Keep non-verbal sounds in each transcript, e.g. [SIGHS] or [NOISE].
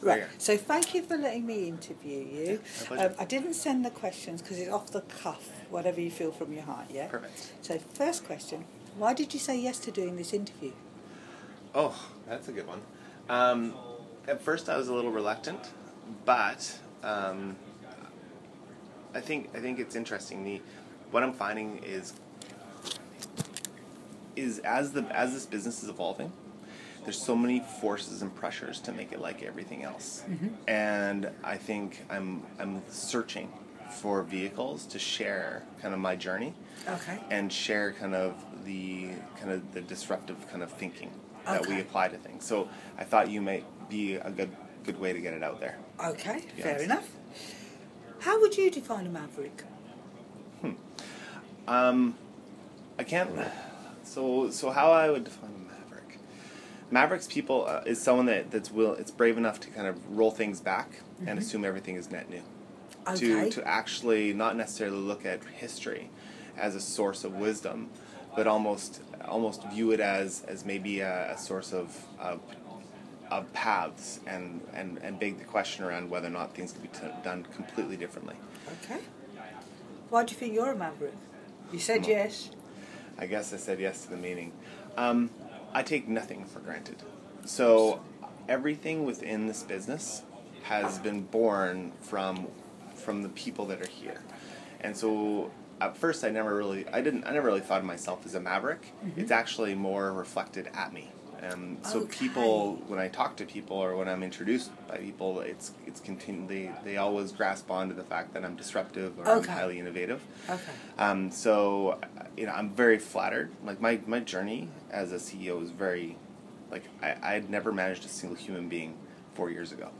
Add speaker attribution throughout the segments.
Speaker 1: Right.
Speaker 2: Okay.
Speaker 1: So thank you for letting me interview you.
Speaker 2: Yeah, my pleasure.
Speaker 1: um, I didn't send the questions because it's off the cuff, whatever you feel from your heart. Yeah.
Speaker 2: Perfect.
Speaker 1: So first question: Why did you say yes to doing this interview?
Speaker 2: Oh, that's a good one. Um, at first, I was a little reluctant, but um, I think I think it's interesting. The what I'm finding is is as the as this business is evolving, there's so many forces and pressures to make it like everything else, and I think I'm I'm searching for vehicles to share kind of my journey
Speaker 1: Okay.
Speaker 2: and share kind of the kind of the disruptive kind of thinking that we
Speaker 1: Okay.
Speaker 2: apply to things. So I thought you might be a good good way to get it out there.
Speaker 1: Okay.
Speaker 2: Yes.
Speaker 1: Fair enough. How would you define a maverick?
Speaker 2: I can't. So so how I would define a maverick? Mavericks people uh, is someone that that's will it's brave enough to kind of roll things back and assume everything is net new.
Speaker 1: Okay.
Speaker 2: to, to actually not necessarily look at history as a source of wisdom, but almost almost view it as as maybe a, a source of, of of paths and, and and beg the question around whether or not things could be t- done completely differently.
Speaker 1: Okay. Why do you think you're a maverick? You said yes.
Speaker 2: I guess I said yes to the meaning. Um, I take nothing for granted. So everything within this business has been born from from the people that are here. And so at first I never really I didn't I never really thought of myself as a maverick. It's actually more reflected at me. Um, so
Speaker 1: Mm-hmm. Okay.
Speaker 2: people when I talk to people or when I'm introduced by people it's it's continu- they, they always grasp onto the fact that I'm disruptive or I'm
Speaker 1: Okay.
Speaker 2: highly innovative.
Speaker 1: Okay.
Speaker 2: Um, so, uh, you know, I'm very flattered. Like my, my journey as a CEO is very, like I, I had never managed a single human being four years ago.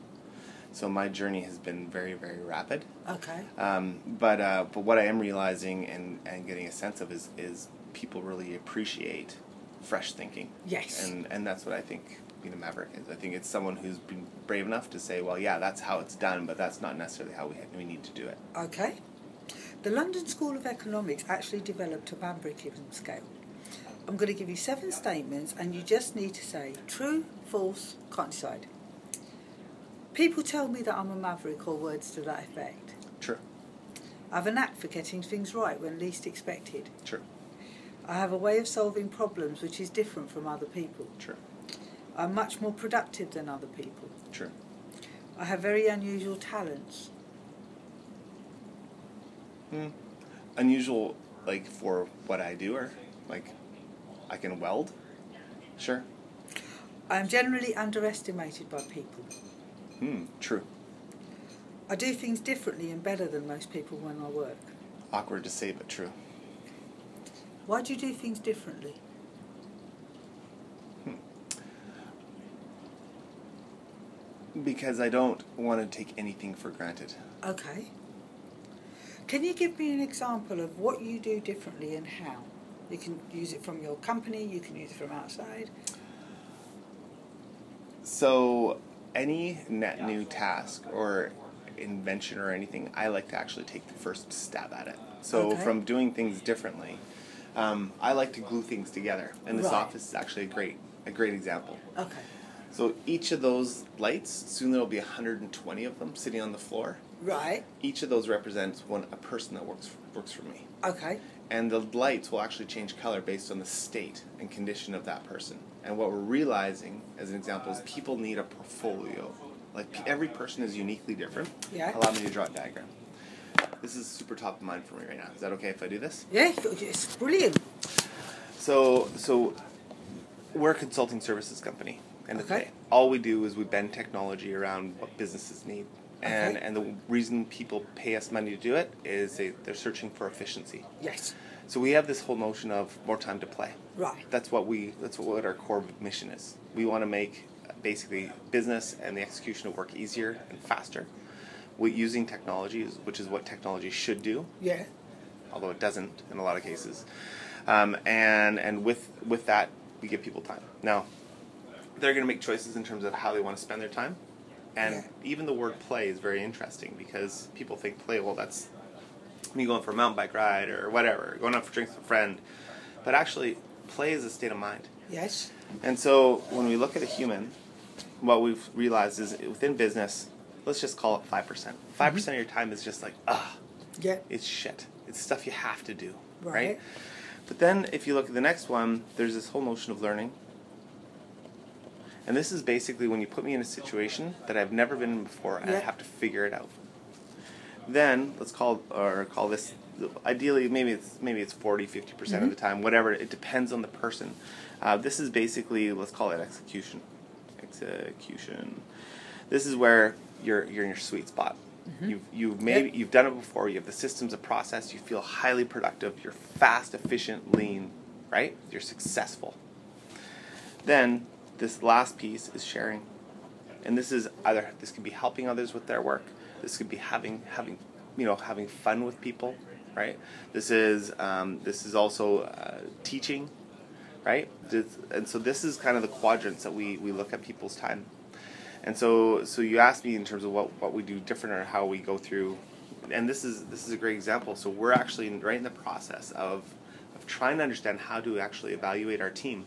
Speaker 2: So my journey has been very, very rapid.
Speaker 1: Okay.
Speaker 2: Um, but, uh, but what I am realizing and, and getting a sense of is, is people really appreciate fresh thinking.
Speaker 1: Yes.
Speaker 2: And, and that's what I think being a maverick is. I think it's someone who's been brave enough to say, well, yeah, that's how it's done, but that's not necessarily how we, we need to do it.
Speaker 1: Okay. The London School of Economics actually developed a Banbrickian scale. I'm going to give you seven statements and you just need to say true, false, can't decide. People tell me that I'm a maverick or words to that effect.
Speaker 2: True.
Speaker 1: I've a knack for getting things right when least expected.
Speaker 2: True.
Speaker 1: I have a way of solving problems which is different from other people.
Speaker 2: True.
Speaker 1: I'm much more productive than other people.
Speaker 2: True.
Speaker 1: I have very unusual talents.
Speaker 2: unusual like for what I do or like I can weld. Sure.
Speaker 1: I am generally underestimated by people.
Speaker 2: Hmm, true.
Speaker 1: I do things differently and better than most people when I work.
Speaker 2: Awkward to say but true.
Speaker 1: Why do you do things differently?
Speaker 2: Because I don't want to take anything for granted.
Speaker 1: Okay. Can you give me an example of what you do differently and how? You can use it from your company, you can use it from outside.
Speaker 2: So any net new task or invention or anything, I like to actually take the first stab at it. So
Speaker 1: Okay.
Speaker 2: from doing things differently, um, I like to glue things together, and this
Speaker 1: Right.
Speaker 2: office is actually a great a great example.
Speaker 1: Okay.
Speaker 2: So each of those lights, soon there'll be 120 of them sitting on the floor.
Speaker 1: Right.
Speaker 2: each of those represents one a person that works works for me
Speaker 1: Okay.
Speaker 2: and the lights will actually change color based on the state and condition of that person and what we're realizing as an example is people need a portfolio like pe- every person is uniquely different
Speaker 1: Yeah.
Speaker 2: allow me to draw a diagram this is super top of mind for me right now is that okay if i do this
Speaker 1: Yeah, it's brilliant.
Speaker 2: so so we're a consulting services company and
Speaker 1: Okay.
Speaker 2: okay. all we do is we bend technology around what businesses need. And
Speaker 1: Okay.
Speaker 2: and the reason people pay us money to do it is they, they're searching for efficiency.
Speaker 1: Yes.
Speaker 2: So we have this whole notion of more time to play.
Speaker 1: Right.
Speaker 2: That's what we that's what our core mission is. We want to make uh, basically business and the execution of work easier and faster. We using technology, is- which is what technology should do,
Speaker 1: Yeah.
Speaker 2: although it doesn't in a lot of cases. Um, and and with with that, we give people time. Now, they're going to make choices in terms of how they want to spend their time, and
Speaker 1: Yeah.
Speaker 2: even the word play is very interesting because people think play. Well, that's me going for a mountain bike ride or whatever, going out for drinks with a friend, but actually, play is a state of mind.
Speaker 1: Yes.
Speaker 2: And so when we look at a human, what we've realized is within business, let's just call it five percent. Five percent of your time is just like ah,
Speaker 1: Yeah.
Speaker 2: it's shit. It's stuff you have to do, right.
Speaker 1: Right.
Speaker 2: But then if you look at the next one, there's this whole notion of learning. And this is basically when you put me in a situation that I've never been in before and I
Speaker 1: Yeah.
Speaker 2: have to figure it out. Then let's call or call this ideally maybe it's maybe it's 40 50% percent of the time whatever it depends on the person uh, this is basically let's call it execution execution this is where you're you're in your sweet spot. You've you've made
Speaker 1: Yep.
Speaker 2: you've done it before. You have the systems, a process. You feel highly productive. You're fast, efficient, lean. Right? You're successful. Then this last piece is sharing, and this is either this could be helping others with their work. This could be having having you know having fun with people. Right? This is um, this is also uh, teaching right? This- And so this is kind of the quadrants that we, we look at people's time. And so so you asked me in terms of what, what we do different or how we go through, and this is this is a great example. So we're actually in- right in the process of of trying to understand how to actually evaluate our team,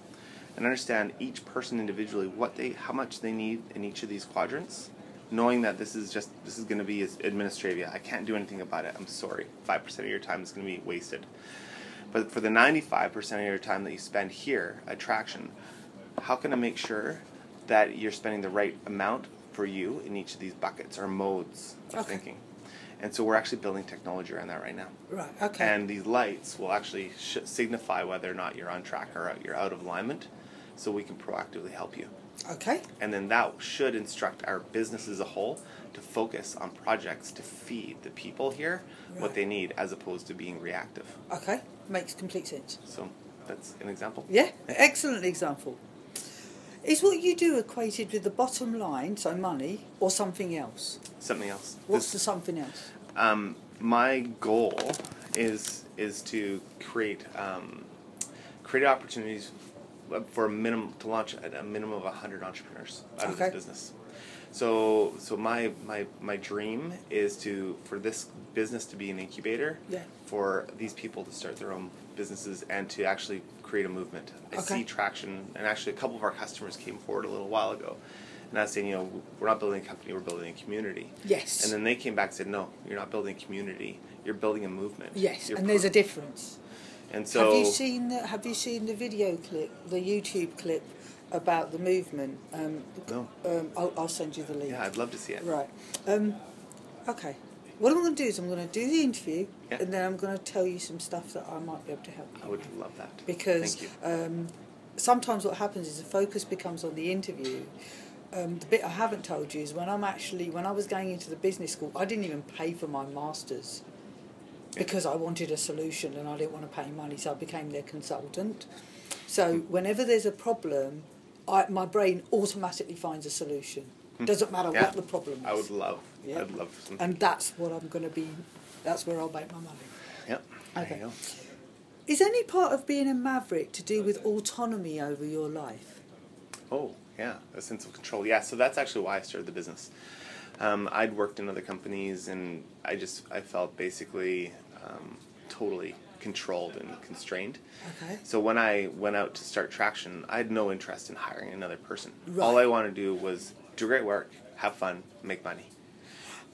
Speaker 2: and understand each person individually what they how much they need in each of these quadrants. Knowing that this is just this is going to be administrative, I can't do anything about it. I'm sorry. Five percent of your time is going to be wasted. But for the 95% of your time that you spend here, attraction, how can I make sure that you're spending the right amount for you in each of these buckets or modes of
Speaker 1: Okay.
Speaker 2: thinking? And so we're actually building technology around that right now.
Speaker 1: Right. Okay.
Speaker 2: And these lights will actually sh- signify whether or not you're on track or out- you're out of alignment, so we can proactively help you.
Speaker 1: okay.
Speaker 2: And then that should instruct our business as a whole to focus on projects to feed the people here what
Speaker 1: Right.
Speaker 2: they need as opposed to being reactive.
Speaker 1: Okay. Makes complete sense.
Speaker 2: So that's an example.
Speaker 1: Yeah. Excellent example. Is what you do equated with the bottom line, so money, or something else?
Speaker 2: Something else.
Speaker 1: What's the
Speaker 2: This-
Speaker 1: something else?
Speaker 2: um, my goal is is to create um, create opportunities for a minimum to launch at a minimum of hundred entrepreneurs out of this
Speaker 1: Okay.
Speaker 2: business. So so my my my dream is to for this business to be an incubator.
Speaker 1: Yeah.
Speaker 2: For these people to start their own businesses and to actually create a movement. I
Speaker 1: Okay.
Speaker 2: see traction, and actually a couple of our customers came forward a little while ago, and I was saying, you know, we're not building a company, we're building a community.
Speaker 1: Yes.
Speaker 2: And then they came back and said, no, you're not building a community. You're building a movement.
Speaker 1: Yes,
Speaker 2: You're
Speaker 1: and there's a
Speaker 2: part-
Speaker 1: difference.
Speaker 2: And so
Speaker 1: have you seen the Have you seen the video clip, the YouTube clip about the movement? Um,
Speaker 2: No.
Speaker 1: um, I'll, I'll send you the link.
Speaker 2: Yeah, I'd love to see it.
Speaker 1: Right. Um, okay. What I'm going to do is I'm going to do the interview,
Speaker 2: Yeah.
Speaker 1: and then I'm going to tell you some stuff that I might be able to help you.
Speaker 2: I would
Speaker 1: with.
Speaker 2: love that.
Speaker 1: Because
Speaker 2: Thank you.
Speaker 1: um, sometimes what happens is the focus becomes on the interview. Um, the bit I haven't told you is when I'm actually when I was going into the business school, I didn't even pay for my masters because I wanted a solution and I didn't want to pay money, so I became their consultant. So
Speaker 2: Hmm.
Speaker 1: whenever there's a problem, I, my brain automatically finds a solution. Doesn't matter
Speaker 2: Hmm. Yeah.
Speaker 1: what the problem is.
Speaker 2: I would love.
Speaker 1: Yeah.
Speaker 2: I'd love some.
Speaker 1: and that's what I'm going to be. That's where I'll make my money.
Speaker 2: yep. There
Speaker 1: Okay.
Speaker 2: you go.
Speaker 1: Is any part of being a maverick to do with autonomy over your life?
Speaker 2: Oh, yeah, a sense of control. Yeah, so that's actually why I started the business. Um, I'd worked in other companies, and I just I felt basically um, totally controlled and constrained.
Speaker 1: Okay.
Speaker 2: So when I went out to start traction, I had no interest in hiring another person.
Speaker 1: Right.
Speaker 2: All I wanted to do was do great work, have fun, make money.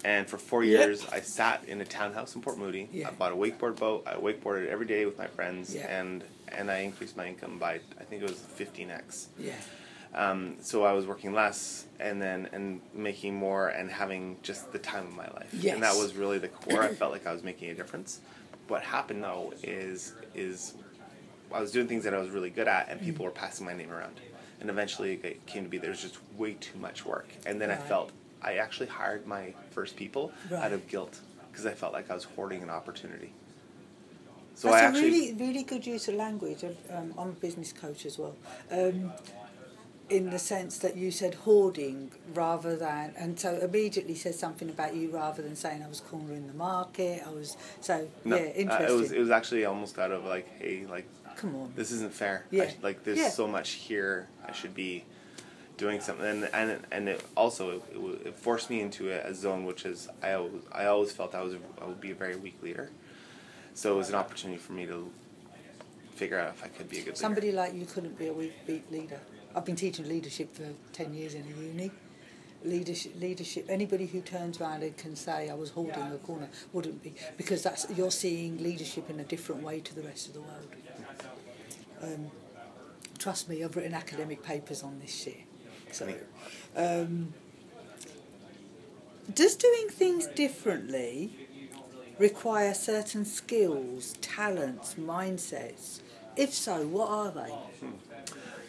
Speaker 2: And for four
Speaker 1: Yep.
Speaker 2: years, I sat in a townhouse in Port Moody.
Speaker 1: Yeah.
Speaker 2: I bought a wakeboard boat. I wakeboarded every day with my friends,
Speaker 1: Yeah.
Speaker 2: and and I increased my income by I think it was fifteen x
Speaker 1: Yeah.
Speaker 2: um, so I was working less and then and making more and having just the time of my life. And that
Speaker 1: Yes.
Speaker 2: was really the core. I felt like I was making a difference. What happened though is is I was doing things that I was really good at and people were passing my name around. And eventually it came to be there's just way too much work. And then I
Speaker 1: Right.
Speaker 2: felt I actually hired my first people out
Speaker 1: Right.
Speaker 2: of guilt because I felt like I was hoarding an opportunity. So
Speaker 1: That's
Speaker 2: I
Speaker 1: a
Speaker 2: actually
Speaker 1: really, really good use of language. Um, I'm a business coach as well. Um, in the sense that you said hoarding rather than, and so immediately says something about you rather than saying I was cornering the market. I was so
Speaker 2: no,
Speaker 1: yeah,
Speaker 2: uh,
Speaker 1: interesting.
Speaker 2: it was it was actually almost out of like hey like
Speaker 1: Come on.
Speaker 2: this isn't fair. I
Speaker 1: Yeah.
Speaker 2: sh- like there's
Speaker 1: Yeah.
Speaker 2: so much here. I should be doing something, and and and it also it, it, wa- it forced me into a, a zone which is I always I always felt I was I would be a very weak leader. So it was an opportunity for me to figure out if I could be a good leader.
Speaker 1: Somebody like you couldn't be a weak beat leader. I've been teaching leadership for 10 years in a uni. Leadership, leadership. Anybody who turns around and can say I was holding a corner wouldn't be, because that's you're seeing leadership in a different way to the rest of the world. Um, trust me, I've written academic papers on this shit. So, um, does doing things differently require certain skills, talents, mindsets? If so, what are they?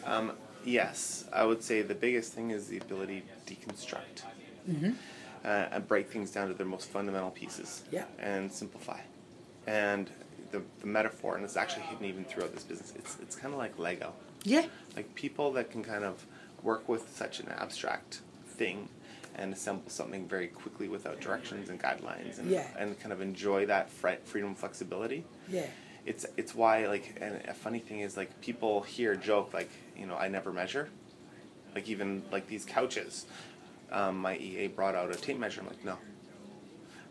Speaker 2: Um, yes, I would say the biggest thing is the ability to deconstruct
Speaker 1: Mm-hmm.
Speaker 2: uh, and break things down to their most fundamental pieces
Speaker 1: Yeah.
Speaker 2: and simplify. And the, the metaphor, and it's actually hidden even throughout this business, it's, it's kind of like Lego.
Speaker 1: Yeah.
Speaker 2: Like people that can kind of work with such an abstract thing and assemble something very quickly without directions and guidelines and,
Speaker 1: Yeah.
Speaker 2: and kind of enjoy that fri- freedom flexibility
Speaker 1: Yeah.
Speaker 2: it's it's why like and a funny thing is like people here joke like you know I never measure, like even like these couches, um, my EA brought out a tape measure. I'm like no,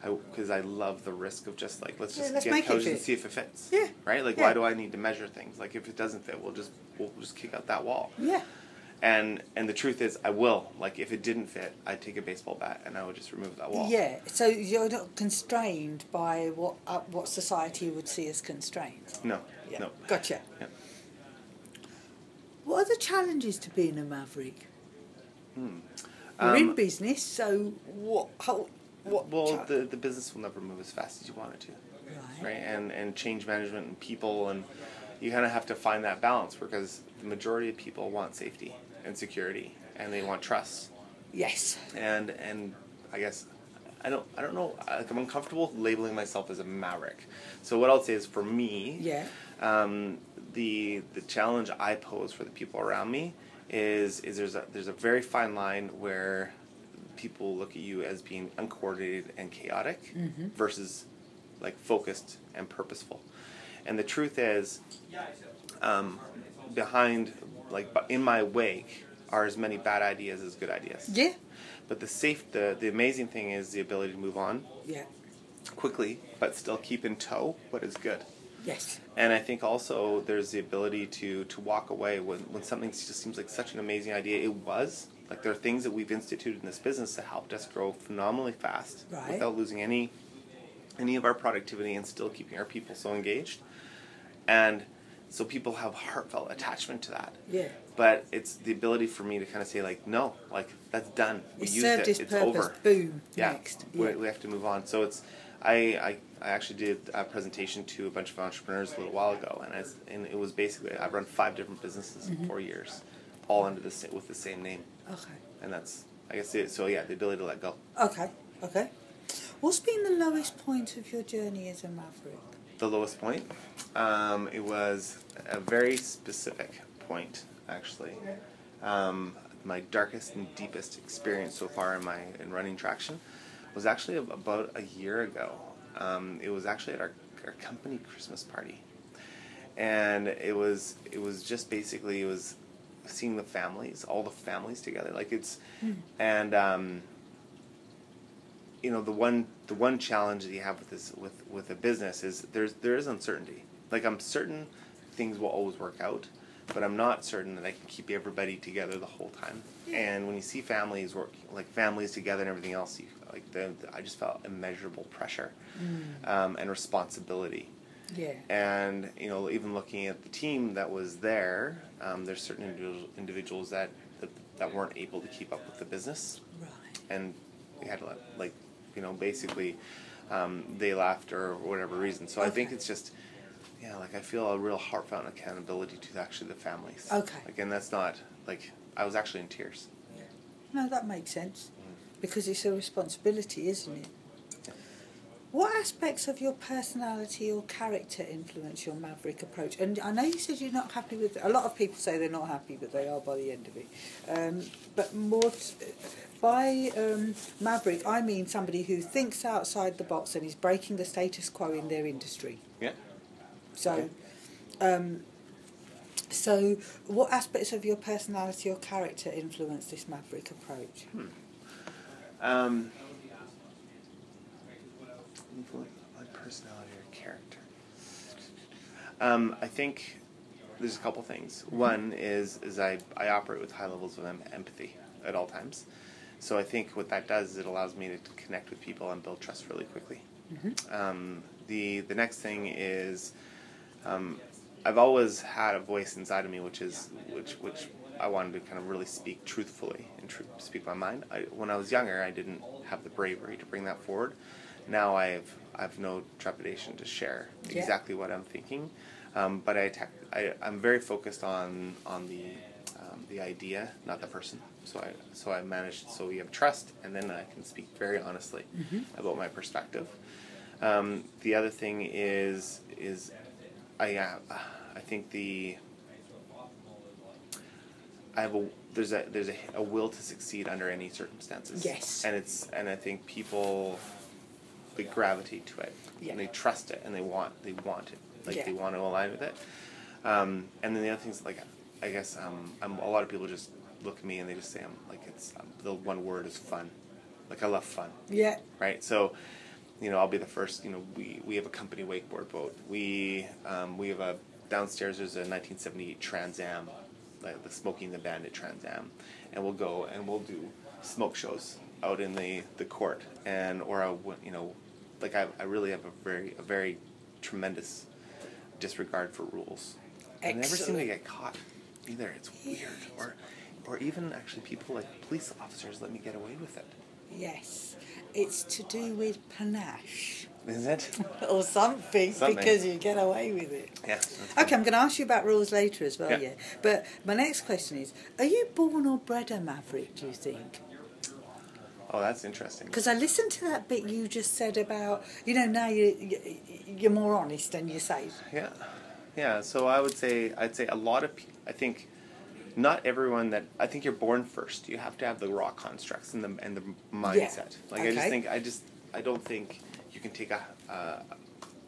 Speaker 2: I because I love the risk of just like let's
Speaker 1: Yeah,
Speaker 2: just
Speaker 1: let's
Speaker 2: get
Speaker 1: make it
Speaker 2: couches and
Speaker 1: fit.
Speaker 2: see if it fits.
Speaker 1: Yeah,
Speaker 2: Right. Like
Speaker 1: yeah.
Speaker 2: why do I need to measure things? Like if it doesn't fit, we'll just we'll just kick out that wall.
Speaker 1: Yeah.
Speaker 2: And and the truth is I will like if it didn't fit, I'd take a baseball bat and I would just remove that wall.
Speaker 1: Yeah. So you're not constrained by what uh, what society would see as constrained.
Speaker 2: No.
Speaker 1: Yeah.
Speaker 2: No.
Speaker 1: Gotcha.
Speaker 2: Yeah.
Speaker 1: What are the challenges to being a maverick?
Speaker 2: Hmm.
Speaker 1: You're
Speaker 2: Um,
Speaker 1: in business, so what? How, what?
Speaker 2: well
Speaker 1: cha-
Speaker 2: the the business will never move as fast as you want it to. right? And and change management and people and you kind of have to find that balance because the majority of people want safety and security and they want trust
Speaker 1: Yes.
Speaker 2: and and I guess I don't I don't know like I'm uncomfortable labeling myself as a maverick. So what I'll say is for me,
Speaker 1: Yeah.
Speaker 2: um, the the challenge I pose for the people around me is is there's a there's a very fine line where people look at you as being uncoordinated and chaotic versus like focused and purposeful. And the truth is, um, behind like bu- in my wake are as many bad ideas as good ideas.
Speaker 1: Yeah.
Speaker 2: But the safe the the amazing thing is the ability to move on
Speaker 1: Yeah.
Speaker 2: quickly, but still keep in tow what is good.
Speaker 1: Yes.
Speaker 2: And I think also there's the ability to to walk away when when something just seems like such an amazing idea. It was like there are things that we've instituted in this business that helped us grow phenomenally fast
Speaker 1: Right.
Speaker 2: without losing any any of our productivity and still keeping our people so engaged. And so people have heartfelt attachment to that.
Speaker 1: Yeah.
Speaker 2: But it's the ability for me to kind of say like, no, like that's done. We
Speaker 1: It
Speaker 2: used
Speaker 1: served
Speaker 2: it.
Speaker 1: its
Speaker 2: it's
Speaker 1: purpose.
Speaker 2: over
Speaker 1: Boom.
Speaker 2: yeah,
Speaker 1: Next.
Speaker 2: We,
Speaker 1: Yeah.
Speaker 2: we have to move on. So it's, I, I, I actually did a presentation to a bunch of entrepreneurs a little while ago, and, it's, and it was basically I've run five different businesses in
Speaker 1: Mm-hmm.
Speaker 2: four years, all under the sa- with the same name,
Speaker 1: Okay.
Speaker 2: and that's I guess it. So yeah, the ability to let go.
Speaker 1: Okay. Okay. What's been the lowest point of your journey as a maverick?
Speaker 2: The lowest point, um, it was a very specific point actually. Um, my darkest and deepest experience so far in my in running traction was actually ab- about a year ago. Um, it was actually at our, our company Christmas party, and it was it was just basically it was seeing the families, all the families together. Like it's and um, you know the one the one challenge that you have with this with with a business is there's there is uncertainty. Like I'm certain things will always work out, but I'm not certain that I can keep everybody together the whole time. And when you see families work like families together and everything else, you like the, the- I just felt immeasurable pressure um, and responsibility.
Speaker 1: Yeah.
Speaker 2: And you know, even looking at the team that was there, um, there's certain individual, individuals that, that that weren't able to keep up with the business
Speaker 1: Right.
Speaker 2: and we had to let, like you know basically um, they left or whatever reason so i think
Speaker 1: Okay.
Speaker 2: it's just yeah like i feel a real heartfelt accountability to actually the families
Speaker 1: Okay.
Speaker 2: like and that's not like i was actually in tears
Speaker 1: No, that makes sense. Because it's a responsibility, isn't it? What aspects of your personality or character influence your maverick approach? And I know you said you're not happy with. A lot of people say they're not happy, but they are by the end of it. Um, but more t- by um, maverick, I mean somebody who thinks outside the box and is breaking the status quo in their industry.
Speaker 2: yeah
Speaker 1: So, um, so what aspects of your personality or character influence this maverick approach?
Speaker 2: um influence on personality or character um, i think there's a couple things. One is is I, I operate with high levels of em- empathy at all times. So I think what that does is it allows me to connect with people and build trust really quickly. Um, the the next thing is um, I've always had a voice inside of me, which is which which I wanted to kind of really speak truthfully and tru- speak my mind. I, when I was younger, I didn't have the bravery to bring that forward. Now I've I've no trepidation to share
Speaker 1: Yeah.
Speaker 2: exactly what I'm thinking, um, but I attack. I, I'm very focused on on the um, the idea, not the person. So I so I managed so we have trust, and then I can speak very honestly about my perspective. Um, the other thing is is I uh, I think the I have a there's a there's a, a will to succeed under any circumstances.
Speaker 1: Yes.
Speaker 2: And it's and I think people they gravitate to it
Speaker 1: Yeah.
Speaker 2: and they trust it and they want they want it like
Speaker 1: Yeah.
Speaker 2: they want to align with it. Um, and then the other things like I guess um, I'm, a lot of people just look at me and they just say I'm like it's um, the one word is fun. Like I love fun
Speaker 1: Yeah.
Speaker 2: right? So, you know, I'll be the first. You know, we we have a company wakeboard boat. We um, we have a downstairs. There's a 1978 Trans Am, like the Smoking the Bandit Trans Am, and we'll go and we'll do smoke shows out in the the court and or a w- you know, like I I really have a very a very tremendous disregard for rules. I never seem to
Speaker 1: Excellent.
Speaker 2: get caught either. It's weird or. Or even actually, people like police officers let me get away with it.
Speaker 1: Yes. It's to do with panache
Speaker 2: Is it?
Speaker 1: or something,
Speaker 2: Something.
Speaker 1: because you get away with it.
Speaker 2: Yeah. that's
Speaker 1: Okay, I'm going to ask you about rules later as well,
Speaker 2: Yeah.
Speaker 1: yeah. But my next question is Are you born or bred a maverick, do you think?
Speaker 2: Oh, that's interesting.
Speaker 1: Because I listened to that bit you just said about, you know, now you, you, you're more honest and you say,
Speaker 2: Yeah, yeah. So I would say I'd say a lot of people. I think not everyone that I think you're born first. You have to have the raw constructs and the and the mindset. Like I just
Speaker 1: Okay.
Speaker 2: think I just I don't think you can take a uh,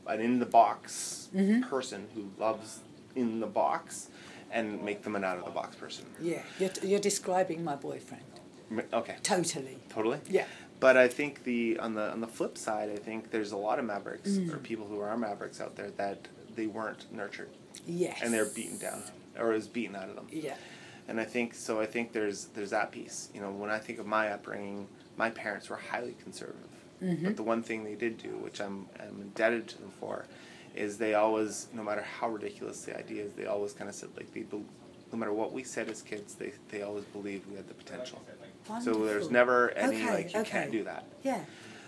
Speaker 2: an in the box
Speaker 1: Mm-hmm.
Speaker 2: person who loves in the box and make them an out of the box person.
Speaker 1: yeah, you're, you're describing my boyfriend.
Speaker 2: M- Okay.
Speaker 1: Totally.
Speaker 2: Totally.
Speaker 1: Yeah.
Speaker 2: But I think the on the on the flip side, I think there's a lot of mavericks or
Speaker 1: Mm.
Speaker 2: people who are mavericks out there that they weren't nurtured
Speaker 1: Yes.
Speaker 2: and they're beaten down or is beaten out of them.
Speaker 1: Yeah.
Speaker 2: And I think so. I think there's there's that piece. You know, when I think of my upbringing, my parents were highly conservative.
Speaker 1: Mm-hmm.
Speaker 2: But the one thing they did do, which I'm I'm indebted to them for, is they always, no matter how ridiculous the idea is, they always kind of said like they, bel no matter what we said as kids, they they always believed we had the potential. So there's
Speaker 1: Wonderful.
Speaker 2: never any
Speaker 1: Okay,
Speaker 2: like you
Speaker 1: okay.
Speaker 2: can't do that.
Speaker 1: Yeah.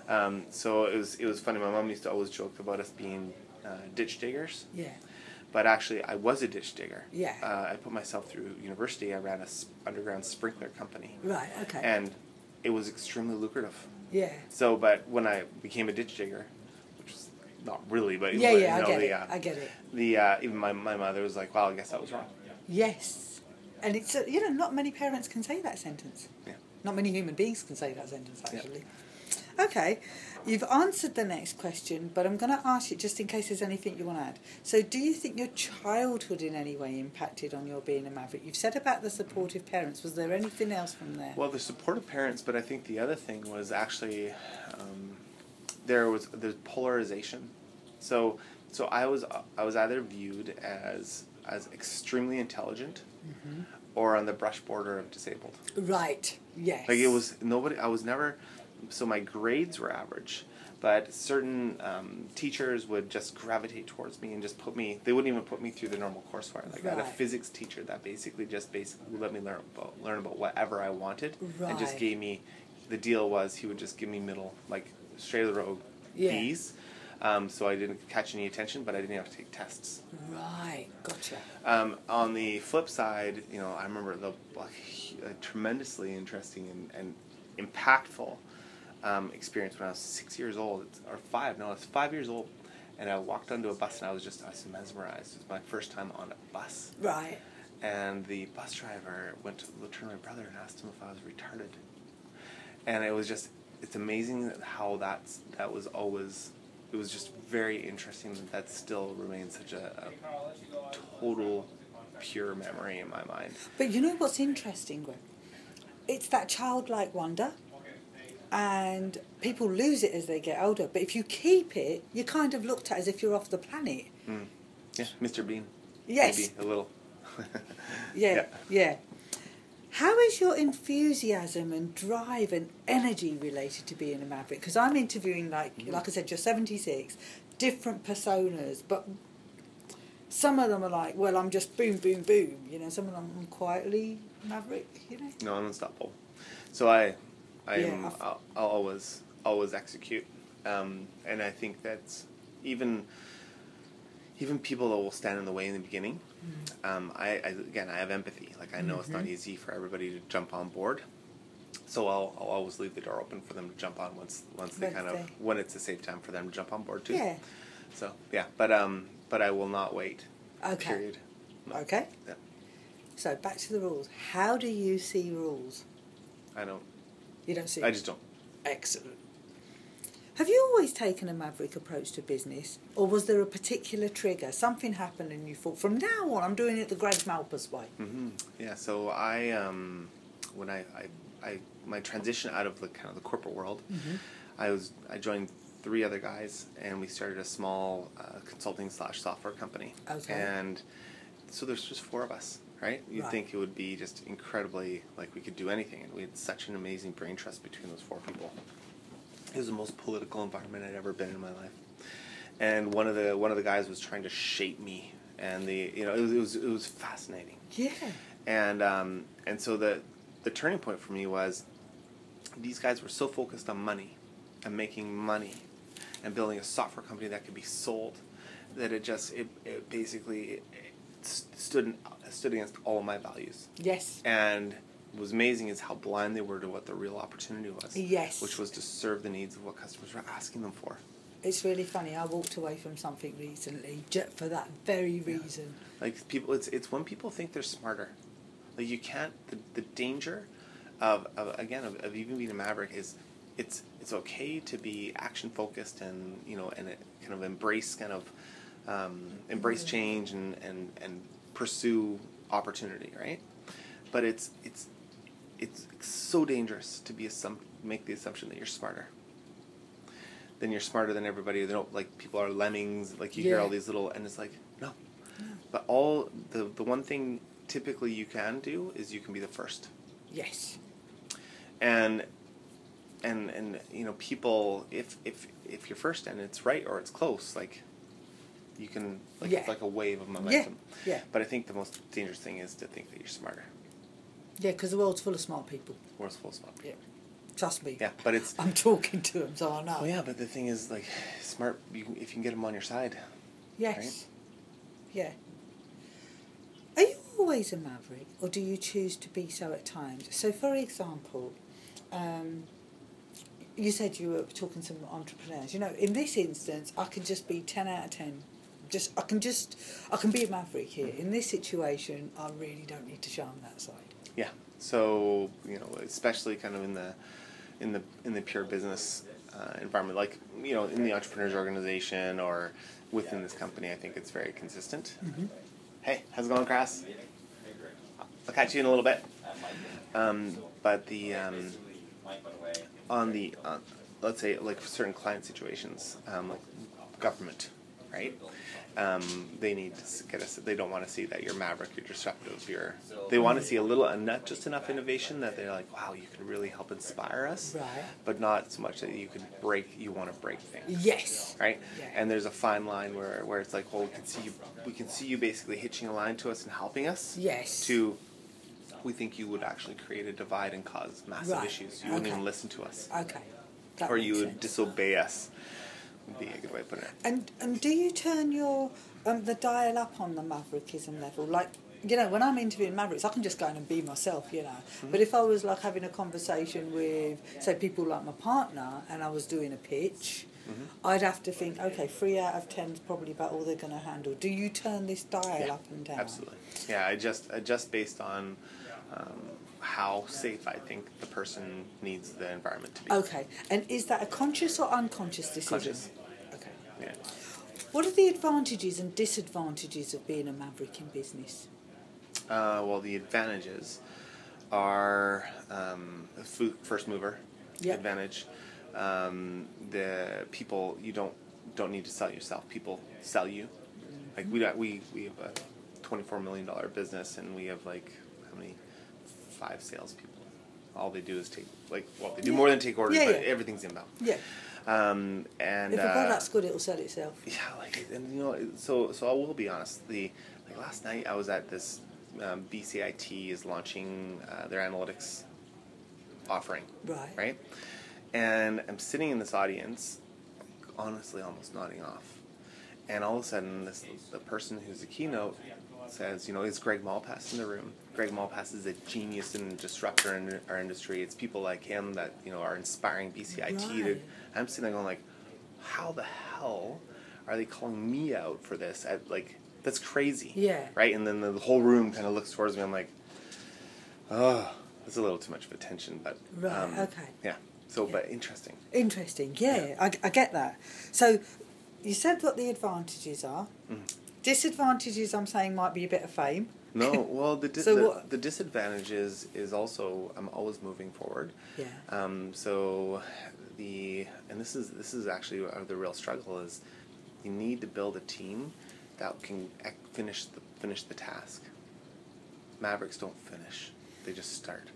Speaker 2: Um, so it was it was funny. My mom used to always joke about us being uh, ditch diggers
Speaker 1: Yeah.
Speaker 2: but actually I was a ditch digger.
Speaker 1: Yeah.
Speaker 2: Uh, I put myself through university. I ran a s- underground sprinkler company,
Speaker 1: Right, okay.
Speaker 2: and it was extremely lucrative.
Speaker 1: yeah.
Speaker 2: So, but when I became a ditch digger, which was not really, but
Speaker 1: Yeah,
Speaker 2: but,
Speaker 1: yeah, I
Speaker 2: you know,
Speaker 1: get
Speaker 2: the,
Speaker 1: it.
Speaker 2: Uh,
Speaker 1: I get it.
Speaker 2: the uh, even my my mother was like, "Wow, I guess I was wrong."
Speaker 1: Yes. And it's, uh, you know, not many parents can say that sentence.
Speaker 2: Yeah.
Speaker 1: Not many human beings can say that sentence,
Speaker 2: Yeah.
Speaker 1: actually. Okay, you've answered the next question, but I'm going to ask you just in case there's anything you want to add. So, do you think your childhood in any way impacted on your being a maverick? You've said about the supportive parents. Was there anything else from there?
Speaker 2: Well, the supportive parents, but I think the other thing was actually um, there was there's polarization. So so I was I was either viewed as as extremely intelligent or on the brush border of disabled.
Speaker 1: right, yes.
Speaker 2: Like it was nobody. I was never. So my grades were average, but certain um, teachers would just gravitate towards me and just put me. They wouldn't even put me through the normal courseware. Like I had a
Speaker 1: Right.
Speaker 2: physics teacher that basically just basically let me learn about learn about whatever I wanted, and just
Speaker 1: Right.
Speaker 2: gave me. The deal was he would just give me middle like straight of the road
Speaker 1: Yeah.
Speaker 2: B's. Um, so I didn't catch any attention, but I didn't have to take tests.
Speaker 1: Right, gotcha.
Speaker 2: Um, on the flip side, you know, I remember the like, hu- a tremendously interesting and, and impactful um, experience when I was six years old, it's- or five. No, I was five years old, and I walked onto a bus, and I was just I was mesmerized. It was my first time on a bus,
Speaker 1: Right.
Speaker 2: and the bus driver went to look- turned to my brother and asked him if I was retarded, and it was just it's amazing that how that's that was always. It was just very interesting that that still remains such a, a total pure memory in my mind.
Speaker 1: But you know what's interesting, Greg? It's that childlike wonder, and people lose it as they get older. But if you keep it, you're kind of looked at as if you're off the planet.
Speaker 2: Yeah, Mr. Bean.
Speaker 1: Hmm. Yes.
Speaker 2: Maybe a little.
Speaker 1: [LAUGHS] yeah, yeah. How is your enthusiasm and drive and energy related to being a maverick? Because I'm interviewing, like like I said, you're 76, different personas, but some of them are like, well, I'm just boom, boom, boom. You know, some of them are quietly maverick. You know.
Speaker 2: No, I'm unstoppable. So I, I
Speaker 1: Yeah,
Speaker 2: am.
Speaker 1: I've-
Speaker 2: I'll, I'll always, always execute. Um, and I think that's even, even people that will stand in the way in the beginning.
Speaker 1: Hmm.
Speaker 2: Um, I, I again, I have empathy. Like I know it's
Speaker 1: Mm-hmm.
Speaker 2: not easy for everybody to jump on board. So I'll, I'll always leave the door open for them to jump on once once they
Speaker 1: Once
Speaker 2: kind of
Speaker 1: they-
Speaker 2: when it's a safe time for them to jump on board too.
Speaker 1: Yeah.
Speaker 2: So yeah, but um, but I will not wait.
Speaker 1: Okay.
Speaker 2: Period. No.
Speaker 1: Okay.
Speaker 2: Yeah.
Speaker 1: So back to the rules. How do you see rules?
Speaker 2: I don't.
Speaker 1: You don't see.
Speaker 2: I just don't.
Speaker 1: Excellent. Have you always taken a maverick approach to business, or was there a particular trigger? Something happened and you thought, from now on, I'm doing it the Greg Malpas way.
Speaker 2: hmm Yeah. So I um, when I, I I my transition out of the kind of the corporate world,
Speaker 1: Mm-hmm.
Speaker 2: I was I joined three other guys and we started a small uh, consulting slash software company.
Speaker 1: Okay.
Speaker 2: And so there's just four of us, right? You'd
Speaker 1: Right.
Speaker 2: think it would be just incredibly like we could do anything, and we had such an amazing brain trust between those four people. It was the most political environment I'd ever been in my life, and one of the one of the guys was trying to shape me, and the you know it was it was, it was fascinating
Speaker 1: Yeah.
Speaker 2: and um, and so the the turning point for me was these guys were so focused on money and making money and building a software company that could be sold that it just it, it basically it, it stood in, stood against all of my values
Speaker 1: Yes.
Speaker 2: and what was amazing is how blind they were to what the real opportunity was
Speaker 1: Yes.
Speaker 2: which was to serve the needs of what customers were asking them for
Speaker 1: It's really funny. I walked away from something recently ju- for that very reason.
Speaker 2: Like people, it's it's when people think they're smarter. Like you can't. The, the danger of, of again of, of even being a maverick is it's it's okay to be action focused and you know and it kind of embrace kind of um, embrace change and, and and pursue opportunity, right? But it's it's it's so dangerous to be assump- make the assumption that you're smarter. Then you're smarter than everybody. They don't like people are lemmings. Like you hear
Speaker 1: Yeah.
Speaker 2: all these little, and it's like no. But all the the one thing typically you can do is you can be the first,
Speaker 1: Yes.
Speaker 2: and and and you know people if if if you're first and it's right or it's close, like you can like it's
Speaker 1: Yeah.
Speaker 2: like a wave of momentum.
Speaker 1: Yeah.
Speaker 2: But I think the most dangerous thing is to think that you're smarter.
Speaker 1: Yeah, because the world's full of smart people.
Speaker 2: World's full of smart people.
Speaker 1: Yeah. Trust me.
Speaker 2: Yeah, but it's
Speaker 1: [LAUGHS] I'm talking to them, so I know.
Speaker 2: Oh yeah, but the thing is, like, [SIGHS] smart. You can, if you can get them on your side,
Speaker 1: Yes.
Speaker 2: Right?
Speaker 1: Yeah. Are you always a maverick, or do you choose to be so at times? So, for example, um, you said you were talking to some entrepreneurs. You know, in this instance, I can just be ten out of ten. Just I can just I can be a maverick here. In this situation, I really don't need to charm that side.
Speaker 2: yeah. So you know, especially kind of in the in the in the pure business uh, environment, like you know, in the entrepreneurs organization or within this company, I think it's very consistent. Hey, how's it going, Crass? I'll catch you in a little bit. Um, but the um, on the uh, let's say like certain client situations, um, like government, right? Um, they need to s- get us. They don't want to see that you're maverick, you're disruptive, you're. They want to see a little, and not just enough innovation that they're like, wow, you can really help inspire us,
Speaker 1: Right.
Speaker 2: but not so much that you can break. You want to break things
Speaker 1: Yes.
Speaker 2: right?
Speaker 1: Yeah.
Speaker 2: And there's a fine line where, where it's like, well, we can see you, we can see you basically hitching a line to us and helping us.
Speaker 1: Yes.
Speaker 2: To, we think you would actually create a divide and cause massive
Speaker 1: Right.
Speaker 2: issues. You wouldn't
Speaker 1: Okay.
Speaker 2: even listen to us,
Speaker 1: Okay. That
Speaker 2: or
Speaker 1: makes
Speaker 2: you would
Speaker 1: sense.
Speaker 2: disobey us. Would be a good way to put it.
Speaker 1: And and do you turn your um, the dial up on the maverickism level? Like you know, when I'm interviewing mavericks, I can just go in and be myself, you know.
Speaker 2: Mm-hmm.
Speaker 1: But if I was like having a conversation with, say, people like my partner, and I was doing a pitch,
Speaker 2: Mm-hmm.
Speaker 1: I'd have to think, okay, three out of ten is probably about all they're going to handle. Do you turn this dial up and down?
Speaker 2: Absolutely. Yeah, I just I just based on um, how safe I think the person needs the environment to be.
Speaker 1: Okay, and is that a conscious or unconscious decision?
Speaker 2: Conscious.
Speaker 1: Okay.
Speaker 2: Yeah.
Speaker 1: What are the advantages and disadvantages of being a maverick in business?
Speaker 2: Uh, well, the advantages are um, the fu- first mover
Speaker 1: Yeah.
Speaker 2: advantage. Um, the
Speaker 1: Mm-hmm.
Speaker 2: people you don't don't need to sell yourself. People sell you. Like we don't, we we have a twenty-four million dollar business, and we have like how many five salespeople. All they do is take like well, they do
Speaker 1: Yeah.
Speaker 2: more than take orders,
Speaker 1: Yeah,
Speaker 2: but
Speaker 1: yeah.
Speaker 2: everything's inbound.
Speaker 1: Yeah.
Speaker 2: Um, and
Speaker 1: if a
Speaker 2: uh,
Speaker 1: product's good, it'll sell itself.
Speaker 2: yeah, like, and you know, so so I will be honest. The like last night, I was at this um, BCIT is launching uh, their analytics offering,
Speaker 1: Right.
Speaker 2: right? And I'm sitting in this audience, honestly, almost nodding off. And all of a sudden, this the person who's the keynote says, you know, is Greg Malpass in the room? Greg Malpass is a genius and disruptor in our industry. It's people like him that you know are inspiring BCIT to.
Speaker 1: Right.
Speaker 2: I'm sitting there going like, how the hell are they calling me out for this? At like, that's crazy.
Speaker 1: Yeah.
Speaker 2: Right. And then the, the whole room kind of looks towards me. I'm like, oh, that's a little too much of attention. But um,
Speaker 1: Right, okay.
Speaker 2: Yeah. So,
Speaker 1: Yeah.
Speaker 2: but interesting.
Speaker 1: Interesting. Yeah, I, I get that. So you said what the advantages are.
Speaker 2: Mm.
Speaker 1: Disadvantages, I'm saying, might be a bit of fame. [LAUGHS]
Speaker 2: No, well, the, dis-
Speaker 1: So
Speaker 2: the,
Speaker 1: what-
Speaker 2: the disadvantage is, is also I'm always moving forward.
Speaker 1: Yeah.
Speaker 2: Um, so the and this is this is actually where the real struggle is you need to build a team that can ac- finish the finish the task. Mavericks don't finish; they just start.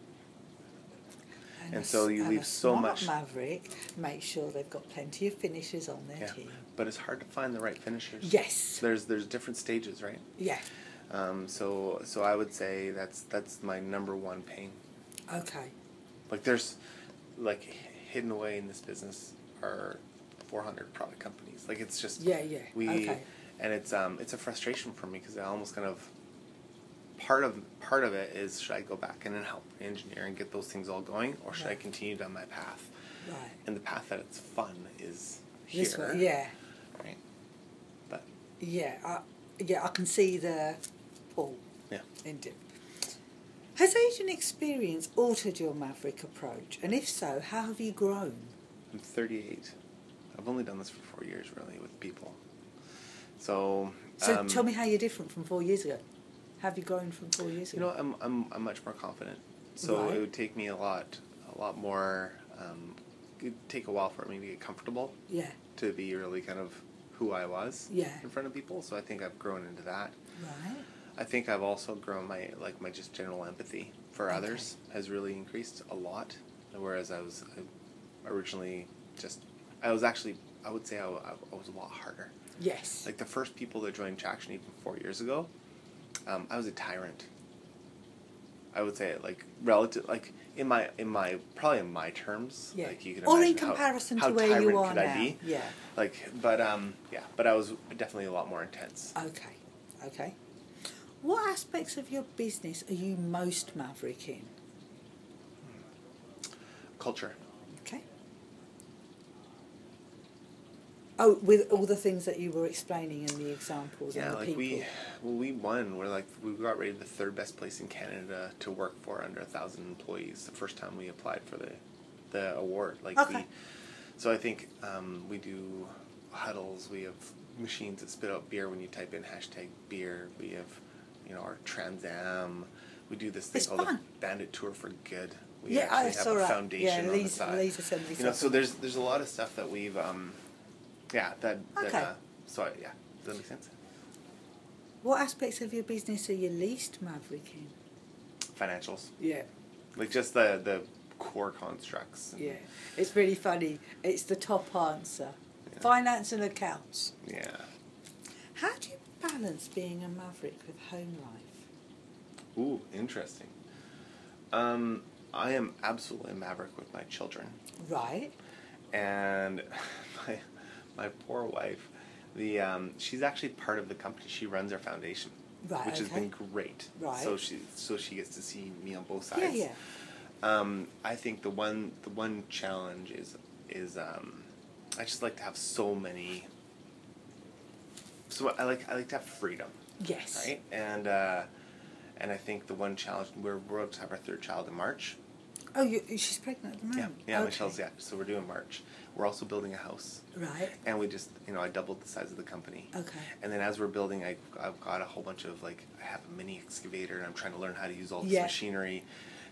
Speaker 2: And
Speaker 1: a-
Speaker 2: so you
Speaker 1: and a
Speaker 2: leave so
Speaker 1: smart
Speaker 2: much-
Speaker 1: Maverick make sure they've got plenty of finishers on their
Speaker 2: Yeah,
Speaker 1: team.
Speaker 2: but it's hard to find the right finishers.
Speaker 1: Yes.
Speaker 2: There's there's different stages, right?
Speaker 1: Yeah.
Speaker 2: Um, so so I would say that's that's my number one pain.
Speaker 1: Okay.
Speaker 2: Like there's like hidden away in this business are 400 product companies. Like it's just
Speaker 1: Yeah, yeah.
Speaker 2: we
Speaker 1: Okay.
Speaker 2: and it's um it's a frustration for me because I almost kind of part of part of it is should I go back in and help engineer and get those things all going or should I
Speaker 1: Right.
Speaker 2: continue down my path?
Speaker 1: Right.
Speaker 2: And the path that it's fun is here.
Speaker 1: This one. Yeah.
Speaker 2: Right. But
Speaker 1: Yeah. I, yeah. I can see the pull.
Speaker 2: yeah.
Speaker 1: in dip. Has age and experience altered your Maverick approach? And if so, how have you grown?
Speaker 2: I'm 38. I've only done this for four years, really, with people. So,
Speaker 1: So
Speaker 2: um,
Speaker 1: tell me how you're different from four years ago. Have you grown from four years
Speaker 2: You
Speaker 1: ago?
Speaker 2: know, I'm, I'm, I'm much more confident. So
Speaker 1: Right.
Speaker 2: it would take me a lot, a lot more. Um, it'd take a while for me to get comfortable
Speaker 1: yeah,
Speaker 2: to be really kind of who I was
Speaker 1: Yeah.
Speaker 2: in front of people. So I think I've grown into that.
Speaker 1: right.
Speaker 2: I think I've also grown my like my just general empathy for
Speaker 1: Okay.
Speaker 2: others has really increased a lot. Whereas I was I originally just I was actually I would say I, wa- I was a lot harder.
Speaker 1: Yes.
Speaker 2: Like the first people that joined Traction even four years ago, um, I was a tyrant. I would say like relative like in my in my probably in my terms
Speaker 1: yeah.
Speaker 2: like you can
Speaker 1: or in
Speaker 2: imagine how-
Speaker 1: comparison
Speaker 2: how
Speaker 1: to where you
Speaker 2: tyrant
Speaker 1: are
Speaker 2: could I
Speaker 1: now.
Speaker 2: be?
Speaker 1: Yeah.
Speaker 2: like but um yeah but I was definitely a lot more intense
Speaker 1: Okay. Okay. What aspects of your business are you most Maverick in?
Speaker 2: culture
Speaker 1: Okay. Oh, with all the things that you were explaining and the examples
Speaker 2: Yeah,
Speaker 1: and the
Speaker 2: like
Speaker 1: people.
Speaker 2: we, well, we won. We're like we got rated the third best place in Canada to work for under a thousand employees. The first time we applied for the, the award. Like we,
Speaker 1: Okay.
Speaker 2: so I think um, we do huddles. We have machines that spit out beer when you type in hashtag beer. We have, you know, our Trans Am. We do this thing
Speaker 1: It's
Speaker 2: called
Speaker 1: fun.
Speaker 2: the Bandit Tour for Good. We
Speaker 1: Yeah, I
Speaker 2: actually have
Speaker 1: saw
Speaker 2: a
Speaker 1: that.
Speaker 2: foundation
Speaker 1: Yeah,
Speaker 2: on the
Speaker 1: Lisa-
Speaker 2: side.
Speaker 1: Lisa sent me
Speaker 2: you know, so
Speaker 1: something.
Speaker 2: there's there's a lot of stuff that we've, um, yeah, that, that
Speaker 1: Okay.
Speaker 2: uh, so yeah, does that make sense?
Speaker 1: What aspects of your business are you least maverick in?
Speaker 2: Financials.
Speaker 1: Yeah,
Speaker 2: like just the the core constructs. and-
Speaker 1: yeah. It's really funny. It's the top answer.
Speaker 2: Yeah.
Speaker 1: Finance and accounts.
Speaker 2: yeah.
Speaker 1: How do you balance being a maverick with home life?
Speaker 2: Ooh, interesting. Um, I am absolutely a maverick with my children,
Speaker 1: Right?
Speaker 2: and [LAUGHS] my my poor wife. The um, she's actually part of the company. She runs our foundation,
Speaker 1: Right,
Speaker 2: which has been
Speaker 1: okay.
Speaker 2: great.
Speaker 1: Right.
Speaker 2: So she so she gets to see me on both
Speaker 1: Yeah,
Speaker 2: sides.
Speaker 1: yeah.
Speaker 2: Um, I think the one the one challenge is is um, I just like to have so many. So I like I like to have freedom.
Speaker 1: Yes.
Speaker 2: right? And uh, and I think the one challenge we're we're about to have our third child in March.
Speaker 1: Oh, you, she's pregnant at the
Speaker 2: Yeah,
Speaker 1: moment.
Speaker 2: yeah,
Speaker 1: okay.
Speaker 2: Michelle's yeah. So we're doing March. We're also building a house,
Speaker 1: Right.
Speaker 2: and we just you know I doubled the size of the company.
Speaker 1: Okay.
Speaker 2: And then as we're building, I I've got a whole bunch of like I have a mini excavator, and I'm trying to learn how to use all this
Speaker 1: Yeah.
Speaker 2: machinery.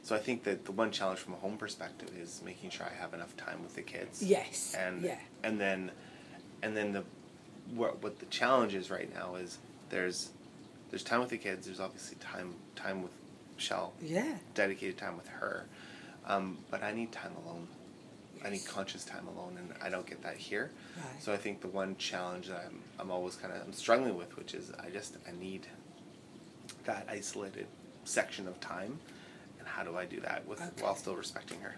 Speaker 2: So I think that the one challenge from a home perspective is making sure I have enough time with the kids.
Speaker 1: Yes.
Speaker 2: And
Speaker 1: yeah.
Speaker 2: and then and then the what what the challenge is right now is there's There's time with the kids. There's obviously time time with Shell.
Speaker 1: Yeah.
Speaker 2: Dedicated time with her, um, but I need time alone. I need
Speaker 1: Yes.
Speaker 2: conscious time alone, and I don't get that here.
Speaker 1: Right.
Speaker 2: So I think the one challenge that I'm I'm always kind of I'm struggling with, which is I just I need that isolated section of time, and how do I do that with
Speaker 1: Okay.
Speaker 2: while still respecting her?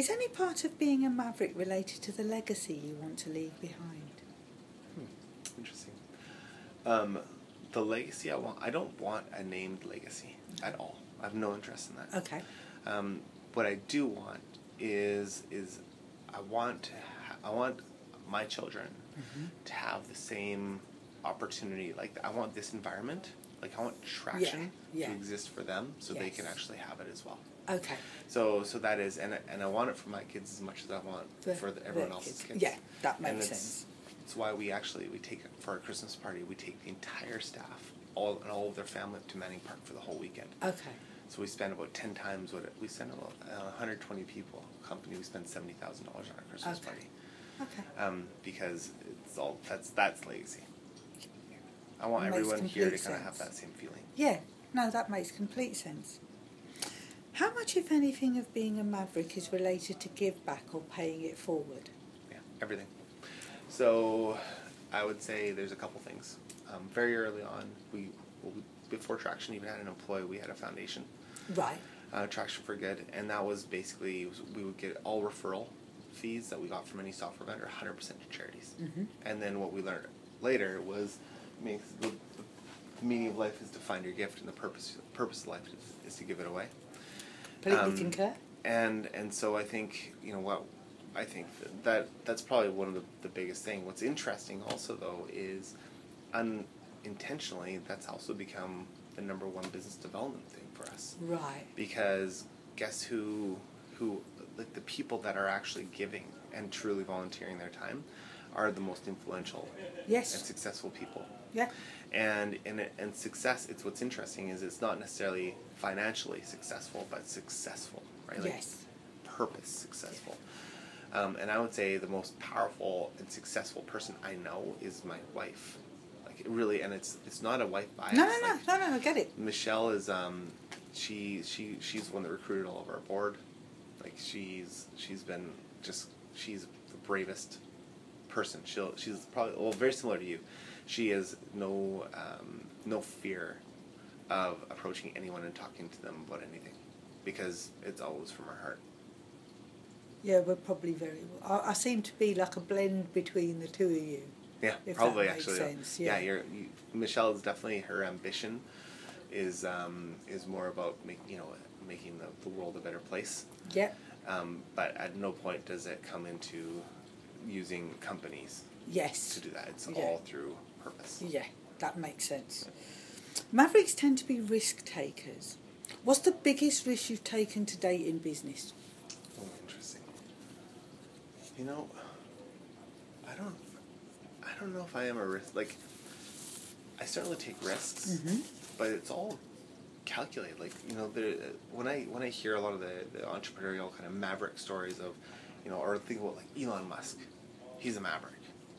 Speaker 1: Is any part of being a maverick related to the legacy you want to leave behind? Hmm.
Speaker 2: Interesting. Um, the legacy I want, I don't want a named legacy at all. I have no interest in that.
Speaker 1: Okay.
Speaker 2: Um, what I do want is is I want to ha- I want my children
Speaker 1: Mm-hmm.
Speaker 2: to have the same opportunity. Like I want this environment. Like I want traction
Speaker 1: yeah.
Speaker 2: to exist for them, so they can
Speaker 1: Yes. Oh.
Speaker 2: actually have it as well.
Speaker 1: Okay.
Speaker 2: So so that is, and I- and I want it for my kids as much as I want
Speaker 1: The-
Speaker 2: for
Speaker 1: the
Speaker 2: the, everyone else's
Speaker 1: kids.
Speaker 2: kids.
Speaker 1: Yeah, that
Speaker 2: And
Speaker 1: makes
Speaker 2: it's-
Speaker 1: sense.
Speaker 2: It's why we actually we take for our Christmas party we take the entire staff all and all of their family up to Manning Park for the whole weekend.
Speaker 1: Okay.
Speaker 2: So we spend about ten times what it, we spend about uh, 120 people company. We spend seventy thousand dollars on our Christmas
Speaker 1: Okay.
Speaker 2: party
Speaker 1: Okay.
Speaker 2: um, because it's all that's that's lazy. I want
Speaker 1: Makes
Speaker 2: everyone here to
Speaker 1: complete
Speaker 2: kind of have
Speaker 1: sense.
Speaker 2: that same feeling.
Speaker 1: Yeah, no, that makes complete sense. How much, if anything, of being a maverick is related to give back or paying it forward?
Speaker 2: yeah, everything. So, I would say there's a couple things. Um, very early on, we well, we- before Traction even had an employee, we had a foundation,
Speaker 1: Right.
Speaker 2: uh, Traction for Good, and that was basically we would get all referral fees that we got from any software vendor, 100% to charities.
Speaker 1: Mm-hmm.
Speaker 2: And then what we learned later was makes the, the meaning of life is to find your gift, and the purpose purpose of life is, is to give it away Um,
Speaker 1: Completely concur.
Speaker 2: and and so I think you know what I think that that's probably one of the, the biggest thing. What's interesting also though is unintentionally that's also become the number one business development thing for us
Speaker 1: Right.
Speaker 2: because guess who who like the people that are actually giving and truly volunteering their time are the most influential and
Speaker 1: Yes.
Speaker 2: successful people
Speaker 1: Yeah.
Speaker 2: and and it- and success it's what's interesting is it's not necessarily financially successful but successful right like
Speaker 1: Yes.
Speaker 2: purpose successful um, and i would say the most powerful and successful person i know is my wife like it really and it's it's not a wife bias
Speaker 1: No, no, no,
Speaker 2: like,
Speaker 1: no, no. I get it.
Speaker 2: michelle is um she she she's the one that recruited all of our board like she's she's been just she's the bravest person. She'll she's probably well very similar to you. She has no um, no fear of approaching anyone and talking to them about anything because it's always from her heart.
Speaker 1: Yeah, we're probably very. I, I seem to be like a blend between the two of you.
Speaker 2: Yeah,
Speaker 1: If that
Speaker 2: probably
Speaker 1: makes
Speaker 2: actually.
Speaker 1: sense, yeah.
Speaker 2: you're you, Michelle is definitely her ambition is um, is more about making you know making the, the world a better place.
Speaker 1: Yep.
Speaker 2: Um, but at no point does it come into using companies
Speaker 1: Yes.
Speaker 2: to do that. It's
Speaker 1: Yeah.
Speaker 2: all through purpose.
Speaker 1: Yeah, that makes sense. Mavericks tend to be risk takers. What's the biggest risk you've taken to date in business?
Speaker 2: Oh, interesting. You know, I don't, I don't know if I am a risk. Like, I certainly take risks, but it's all calculated. Like, you know, the, when I when I hear a lot of the, the entrepreneurial kind of maverick stories of, you know, or think about like Elon Musk, he's a maverick.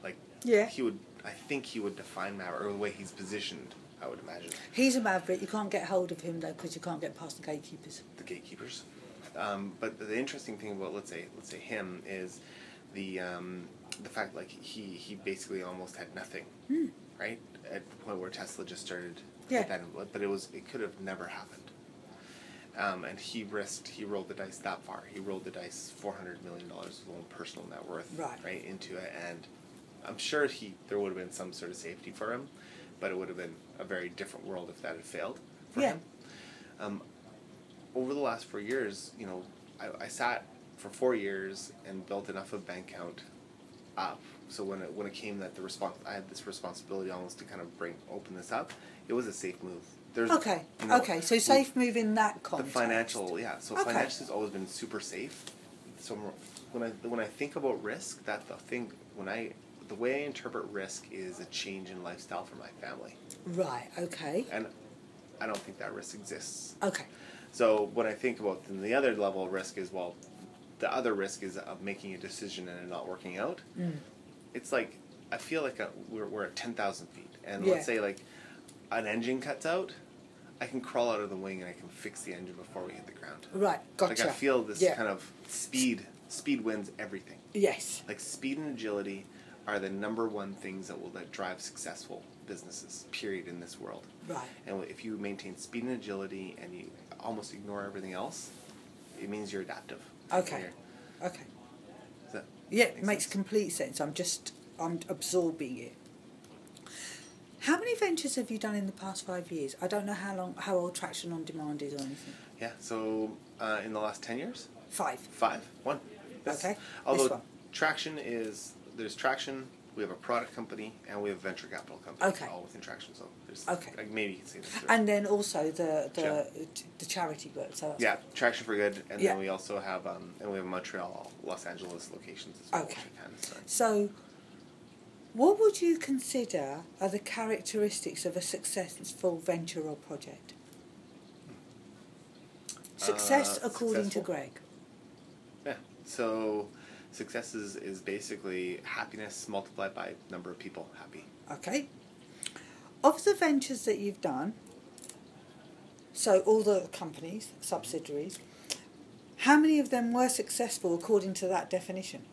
Speaker 2: Like,
Speaker 1: Yeah.
Speaker 2: he would. I think he would define maverick or the way he's positioned. I would imagine
Speaker 1: He's a maverick. You can't get hold of him though because you can't get past the gatekeepers.
Speaker 2: the gatekeepers. Um, but the interesting thing about let's say let's say him is the um, the fact like he he basically almost had nothing, right? At the point where Tesla just started,
Speaker 1: Hmm. Yeah.
Speaker 2: Then, but it was it could have never happened. Um, and he risked he rolled the dice that far. He rolled the dice four hundred million dollars of his own personal net worth
Speaker 1: Right.
Speaker 2: right into it, and I'm sure he there would have been some sort of safety for him, but it would have been a very different world if that had failed for
Speaker 1: Yeah.
Speaker 2: him over the last four years, you know, I, I sat for four years and built enough of bank count up. So when it when it came that the respons I had this responsibility almost to kind of bring open this up, it was a safe move. There's
Speaker 1: Okay,
Speaker 2: you know,
Speaker 1: okay. So
Speaker 2: we-
Speaker 1: safe move in that
Speaker 2: the
Speaker 1: context.
Speaker 2: financial yeah. So
Speaker 1: Okay.
Speaker 2: financial has always been super safe. So I'm- when I when I think about risk, that the thing when I the way I interpret risk is a change in lifestyle for my family,
Speaker 1: Right. Okay.
Speaker 2: and I don't think that risk exists.
Speaker 1: Okay.
Speaker 2: So what I think about then the other level of risk is
Speaker 1: Mm.
Speaker 2: well, the other risk is of making a decision and it not working out. It's like I feel like a, we're, we're at 10,000 feet. And
Speaker 1: Yeah.
Speaker 2: let's say, like, an engine cuts out, I can crawl out of the wing and I can fix the engine before we hit the ground.
Speaker 1: Right, gotcha.
Speaker 2: Like, I feel this
Speaker 1: yeah.
Speaker 2: kind of speed. Speed wins everything.
Speaker 1: Yes,
Speaker 2: Like, speed and agility are the number one things that will that drive successful businesses, period, in this world.
Speaker 1: right.
Speaker 2: And if you maintain speed and agility and you almost ignore everything else, it means you're adaptive.
Speaker 1: Okay.
Speaker 2: You're-
Speaker 1: Okay.
Speaker 2: is that-
Speaker 1: Yeah,
Speaker 2: Makes
Speaker 1: it makes
Speaker 2: sense.
Speaker 1: complete sense. I'm just I'm absorbing it. How many ventures have you done in the past five years? I don't know how long how old Traction on Demand is or anything.
Speaker 2: Yeah. So uh, in the last ten years,
Speaker 1: Five.
Speaker 2: five, one.
Speaker 1: Okay, this
Speaker 2: Although
Speaker 1: one.
Speaker 2: traction is there's traction. We have a product company and we have a venture capital company.
Speaker 1: Okay.
Speaker 2: All within traction. So there's
Speaker 1: Okay.
Speaker 2: Like maybe you can see this. through.
Speaker 1: And then also the the the charity work. So that's
Speaker 2: yeah, traction for good, and
Speaker 1: Yeah.
Speaker 2: then we also have um, and we have Montreal, Los Angeles locations as well.
Speaker 1: Okay.
Speaker 2: Which I can, so.
Speaker 1: So, what would you consider are the characteristics of a successful venture or project? Success,
Speaker 2: Uh,
Speaker 1: according
Speaker 2: successful.
Speaker 1: to Greg.
Speaker 2: Yeah. So success is, is basically happiness multiplied by number of people happy.
Speaker 1: Okay. Of the ventures that you've done, so all the companies, subsidiaries, how many of them were successful according to that definition?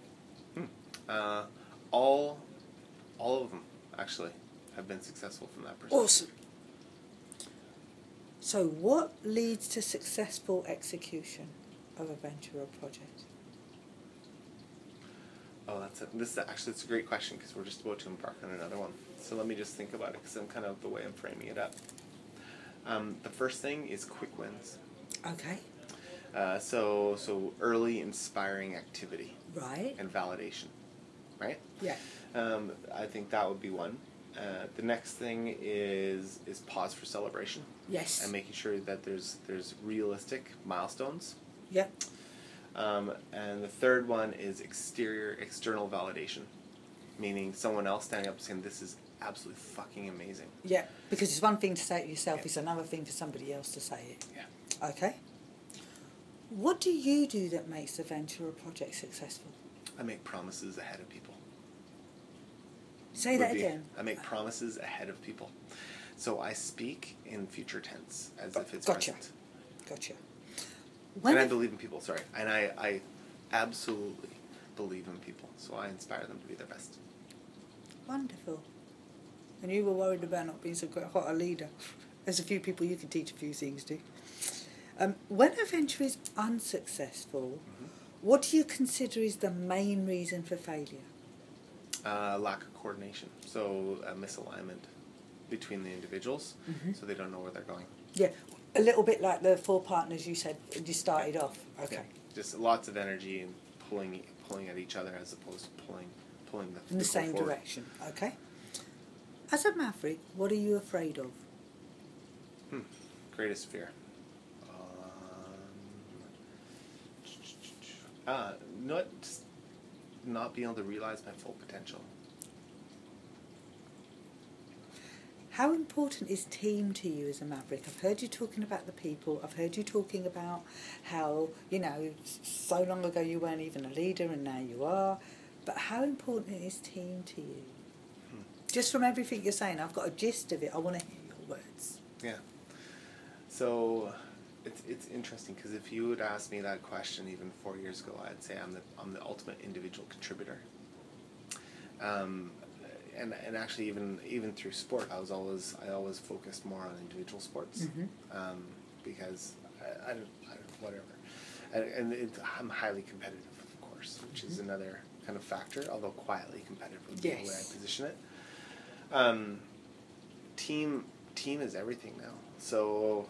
Speaker 2: Uh, all all of them actually have been successful from that perspective.
Speaker 1: Awesome. So, what leads to successful execution of a venture or project?
Speaker 2: Oh, that's a, this is actually it's a great question because we're just about to embark on another one. So let me just think about it because I'm kind of the way I'm framing it up. Um, the first thing is quick wins.
Speaker 1: Okay,
Speaker 2: Uh, so so early inspiring activity
Speaker 1: right.
Speaker 2: and validation, right?
Speaker 1: Yeah.
Speaker 2: Um, I think that would be one. Uh, the next thing is is pause for celebration
Speaker 1: Yes.
Speaker 2: and making sure that there's there's realistic milestones.
Speaker 1: yep.
Speaker 2: Um, and the third one is exterior external validation, meaning someone else standing up saying this is absolutely fucking amazing.
Speaker 1: Yep. Because it's one thing to say it yourself,
Speaker 2: Yeah.
Speaker 1: it's another thing for somebody else to say it.
Speaker 2: Yeah.
Speaker 1: Okay. What do you do that makes a venture or project successful?
Speaker 2: I make promises ahead of people.
Speaker 1: Say that
Speaker 2: Would be-
Speaker 1: again.
Speaker 2: I make promises ahead of people. So I speak in future tense as if it's
Speaker 1: Gotcha.
Speaker 2: present.
Speaker 1: Gotcha. When
Speaker 2: and I
Speaker 1: have-
Speaker 2: believe in people, sorry. And I, I absolutely believe in people. So I inspire them to be their best.
Speaker 1: Wonderful. And you were worried about not being so quite hot a leader. [LAUGHS] There's a few people you can teach a few things to. Um, when a venture is unsuccessful, what do you consider is the main reason for failure?
Speaker 2: Uh, lack of coordination. So a misalignment between the individuals.
Speaker 1: Mm-hmm.
Speaker 2: So they don't know where they're going.
Speaker 1: Yeah, a little bit like the four partners you said you started off. Okay.
Speaker 2: Just lots of energy and pulling pulling at each other as opposed to pulling pulling the
Speaker 1: In the
Speaker 2: the
Speaker 1: same
Speaker 2: forward.
Speaker 1: direction. Okay. As a maverick, what are you afraid of?
Speaker 2: Hmm. Greatest fear. Um, uh, not just not being able to realize my full potential.
Speaker 1: How important is team to you as a maverick? I've heard you talking about the people. I've heard you talking about how, you know, s- so long ago you weren't even a leader and now you are. But how important is team to you? Hmm. Just from everything you're saying, I've got a gist of it. I want to hear your words.
Speaker 2: Yeah. So it's it's interesting because if you would ask me that question even four years ago, I'd say I'm the I'm the ultimate individual contributor. Um, and and actually even even through sport, I was always I always focused more on individual sports um, because I, I, don't, I don't whatever, and, and it, I'm highly competitive, of course, which is another kind of factor. Although quietly competitive would be the way
Speaker 1: Yes.
Speaker 2: I position it. Um, team team is everything now. So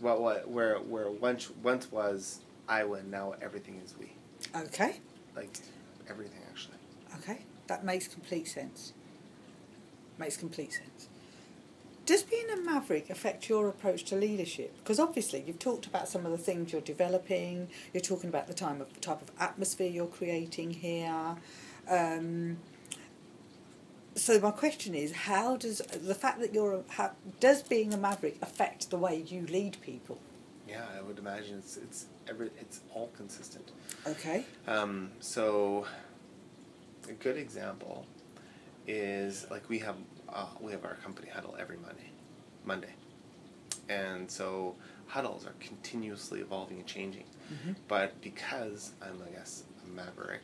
Speaker 2: what what where where once once was I win, now everything is we.
Speaker 1: Okay.
Speaker 2: Like everything actually.
Speaker 1: Okay, that makes complete sense. Makes complete sense. Does being a maverick affect your approach to leadership? Because obviously you've talked about some of the things you're developing. You're talking about the time of type of atmosphere you're creating here. Um, so my question is, how does the fact that you're a, how, does being a maverick affect the way you lead people?
Speaker 2: Yeah, I would imagine it's it's every it's all consistent.
Speaker 1: Okay.
Speaker 2: Um, so a good example is like we have uh, we have our company huddle every Monday, Monday, and so huddles are continuously evolving and changing.
Speaker 1: Mm-hmm.
Speaker 2: But because I'm I guess a maverick,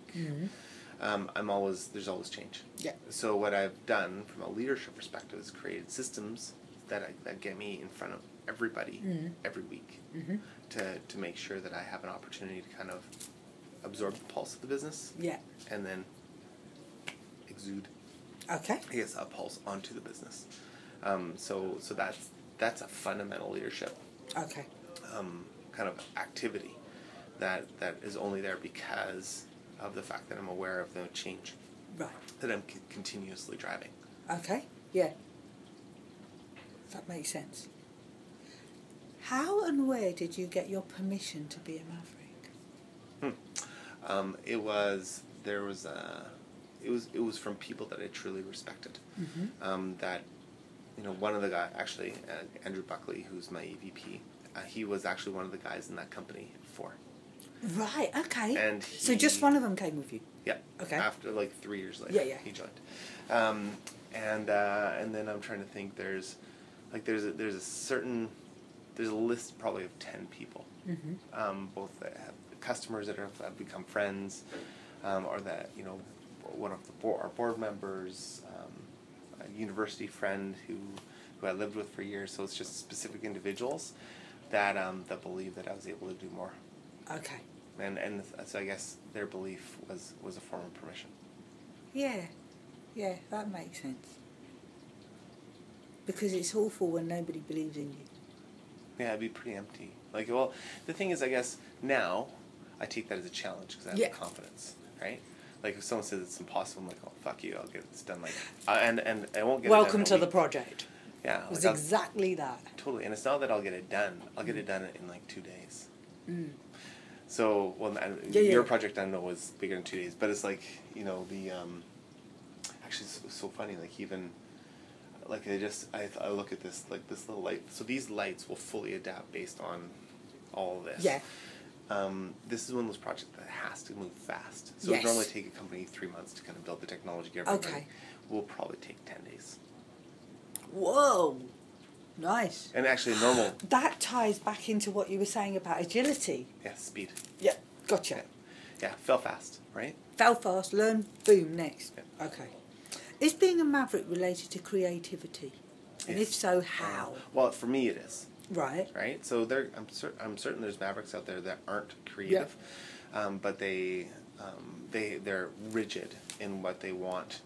Speaker 2: um, I'm always there's always change.
Speaker 1: Yeah.
Speaker 2: So what I've done from a leadership perspective is created systems that I, that get me in front of everybody every week to to make sure that I have an opportunity to kind of absorb the pulse of the business
Speaker 1: Yeah.
Speaker 2: and then exude
Speaker 1: Okay.
Speaker 2: I guess a pulse onto the business. Um, so so that's that's a fundamental leadership
Speaker 1: Okay.
Speaker 2: um, kind of activity that that is only there because of the fact that I'm aware of the change
Speaker 1: Right.
Speaker 2: that I'm c- continuously driving.
Speaker 1: Okay. Yeah. That makes sense. How and where did you get your permission to be a maverick?
Speaker 2: Um, it was there was a it was it was from people that I truly respected.
Speaker 1: Hmm. Mm-hmm.
Speaker 2: Um, that you know one of the guy actually uh, Andrew Buckley who's my EVP. Uh, he was actually one of the guys in that company before.
Speaker 1: Right. Okay.
Speaker 2: And
Speaker 1: so just
Speaker 2: he-
Speaker 1: one of them came with you.
Speaker 2: Yeah.
Speaker 1: Okay.
Speaker 2: After like three years later,
Speaker 1: Yeah, yeah.
Speaker 2: he joined. Um, and uh, and then I'm trying to think. There's like there's a, there's a certain there's a list probably of ten people,
Speaker 1: Mm-hmm.
Speaker 2: um, both that have customers that, are, that have become friends, um, or that you know one of the board, our board members, um, a university friend who who I lived with for years. So it's just specific individuals that um, that believe that I was able to do more
Speaker 1: Okay.
Speaker 2: and and so I guess their belief was was a form of permission.
Speaker 1: Yeah. Yeah. That makes sense. Because it's awful when nobody believes in you.
Speaker 2: Yeah, it'd be pretty empty. Like, well, the thing is, I guess now I take that as a challenge because I have
Speaker 1: Yeah.
Speaker 2: the confidence, right? Like if someone says it's impossible, I'm like, oh fuck you, I'll get this done. Like, uh, and and I won't get
Speaker 1: Welcome
Speaker 2: it
Speaker 1: to
Speaker 2: done in
Speaker 1: the
Speaker 2: a week.
Speaker 1: project.
Speaker 2: yeah,
Speaker 1: It was
Speaker 2: like, I'll-
Speaker 1: exactly that.
Speaker 2: totally. And it's not that I'll get it done; I'll get it
Speaker 1: Mm-hmm.
Speaker 2: done in like two days.
Speaker 1: Mm.
Speaker 2: So, well, I,
Speaker 1: Yeah, yeah.
Speaker 2: your project I know was bigger than two days, but it's like you know the um, actually it's so funny. Like even like I just I, I look at this like this little light. So these lights will fully adapt based on all of this.
Speaker 1: Yeah.
Speaker 2: Um, this is one of those projects that has to move fast. So
Speaker 1: Yes.
Speaker 2: it would normally take a company three months to kind of build the technology. Get everybody.
Speaker 1: Okay.
Speaker 2: Will probably take ten days.
Speaker 1: Whoa. Nice.
Speaker 2: And actually,
Speaker 1: [GASPS]
Speaker 2: normal
Speaker 1: That ties back into what you were saying about agility.
Speaker 2: yeah speed.
Speaker 1: Yeah. Gotcha.
Speaker 2: Yeah, fell fast, right?
Speaker 1: Fail fast, learn, boom, next.
Speaker 2: Yeah.
Speaker 1: Okay. Is being a maverick related to creativity? And if
Speaker 2: Yes. Uh,
Speaker 1: so, how?
Speaker 2: Um, Well, for me it is.
Speaker 1: Right.
Speaker 2: right? So there, I'm cer- I'm certain there's mavericks out there that aren't creative, um, but they um, they they're rigid in what they want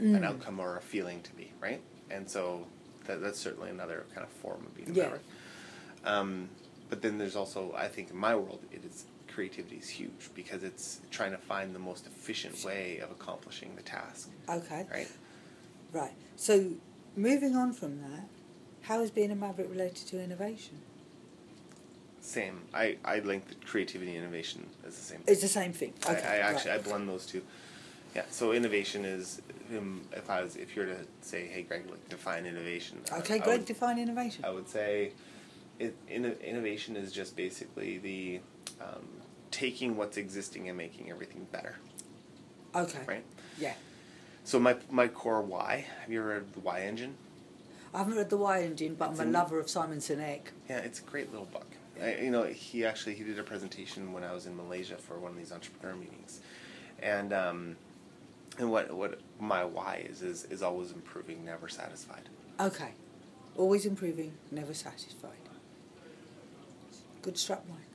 Speaker 1: Mm.
Speaker 2: an outcome or a feeling to be, right? And so that, that's certainly another kind of form of being a
Speaker 1: Yeah.
Speaker 2: maverick. Um, but then there's also, I think, in my world, it is creativity is huge because it's trying to find the most efficient way of accomplishing the task,
Speaker 1: Okay.
Speaker 2: right?
Speaker 1: [LAUGHS] Right. So, moving on from that, how is being a maverick related to innovation?
Speaker 2: Same. I I link the creativity and innovation as the same. thing.
Speaker 1: It's the same thing.
Speaker 2: I,
Speaker 1: Okay.
Speaker 2: I actually
Speaker 1: right.
Speaker 2: I blend those two. Yeah. So innovation is um, if I was if you were to say, hey Greg, like define innovation. I-
Speaker 1: okay,
Speaker 2: I
Speaker 1: Greg,
Speaker 2: would,
Speaker 1: define innovation.
Speaker 2: I would say, it, inno- innovation is just basically the um, taking what's existing and making everything better,
Speaker 1: okay.
Speaker 2: right?
Speaker 1: Yeah.
Speaker 2: So my my core why. Have you ever heard of the why engine?
Speaker 1: I haven't read The Wire Engine, but I'm a
Speaker 2: in-
Speaker 1: lover of Simon Sinek.
Speaker 2: Yeah, it's a great little book. I, you know, he actually he did a presentation when I was in Malaysia for one of these entrepreneur meetings, and um, and what what my why is is is always improving, never satisfied.
Speaker 1: Okay. Always improving, never satisfied. Good strapline.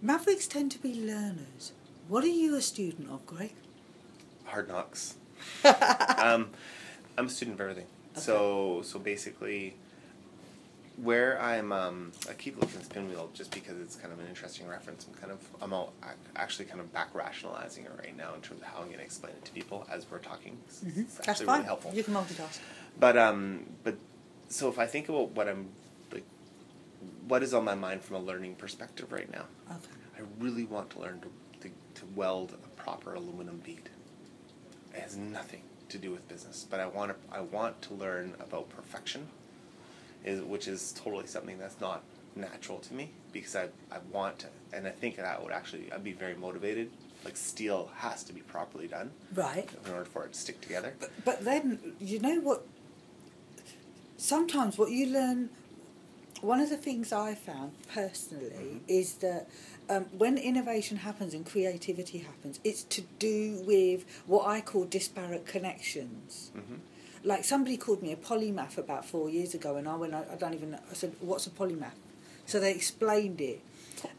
Speaker 1: Mavericks tend to be learners. What are you a student of, Greg?
Speaker 2: Hard knocks. [LAUGHS] um, I'm a student of everything. So so basically, where I'm um, I keep looking at spin wheel just because it's kind of an interesting reference. I'm kind of I'm all ac- actually kind of back rationalizing it right now in terms of how I'm going to explain it to people as we're talking. It's- It's
Speaker 1: Mm-hmm. That's
Speaker 2: actually
Speaker 1: fine.
Speaker 2: really helpful.
Speaker 1: You can multitask.
Speaker 2: But um, but so if I think about what I'm like, what is on my mind from a learning perspective right now,
Speaker 1: Okay.
Speaker 2: I really want to learn to to, to weld a proper aluminum bead. It has nothing to do with business, but I want to I want to learn about perfection, is which is totally something that's not natural to me because I, I want to, and I think that I would actually, I'd be very motivated. Like steel has to be properly done
Speaker 1: Right.
Speaker 2: in order for it to stick together.
Speaker 1: But, but then, you know what? Sometimes what you learn, one of the things I found personally is that um, when innovation happens and creativity happens, it's to do with what I call disparate connections.
Speaker 2: Mm-hmm.
Speaker 1: Like somebody called me a polymath about four years ago, and I went, I I don't even know. I said, What's a polymath? So they explained it.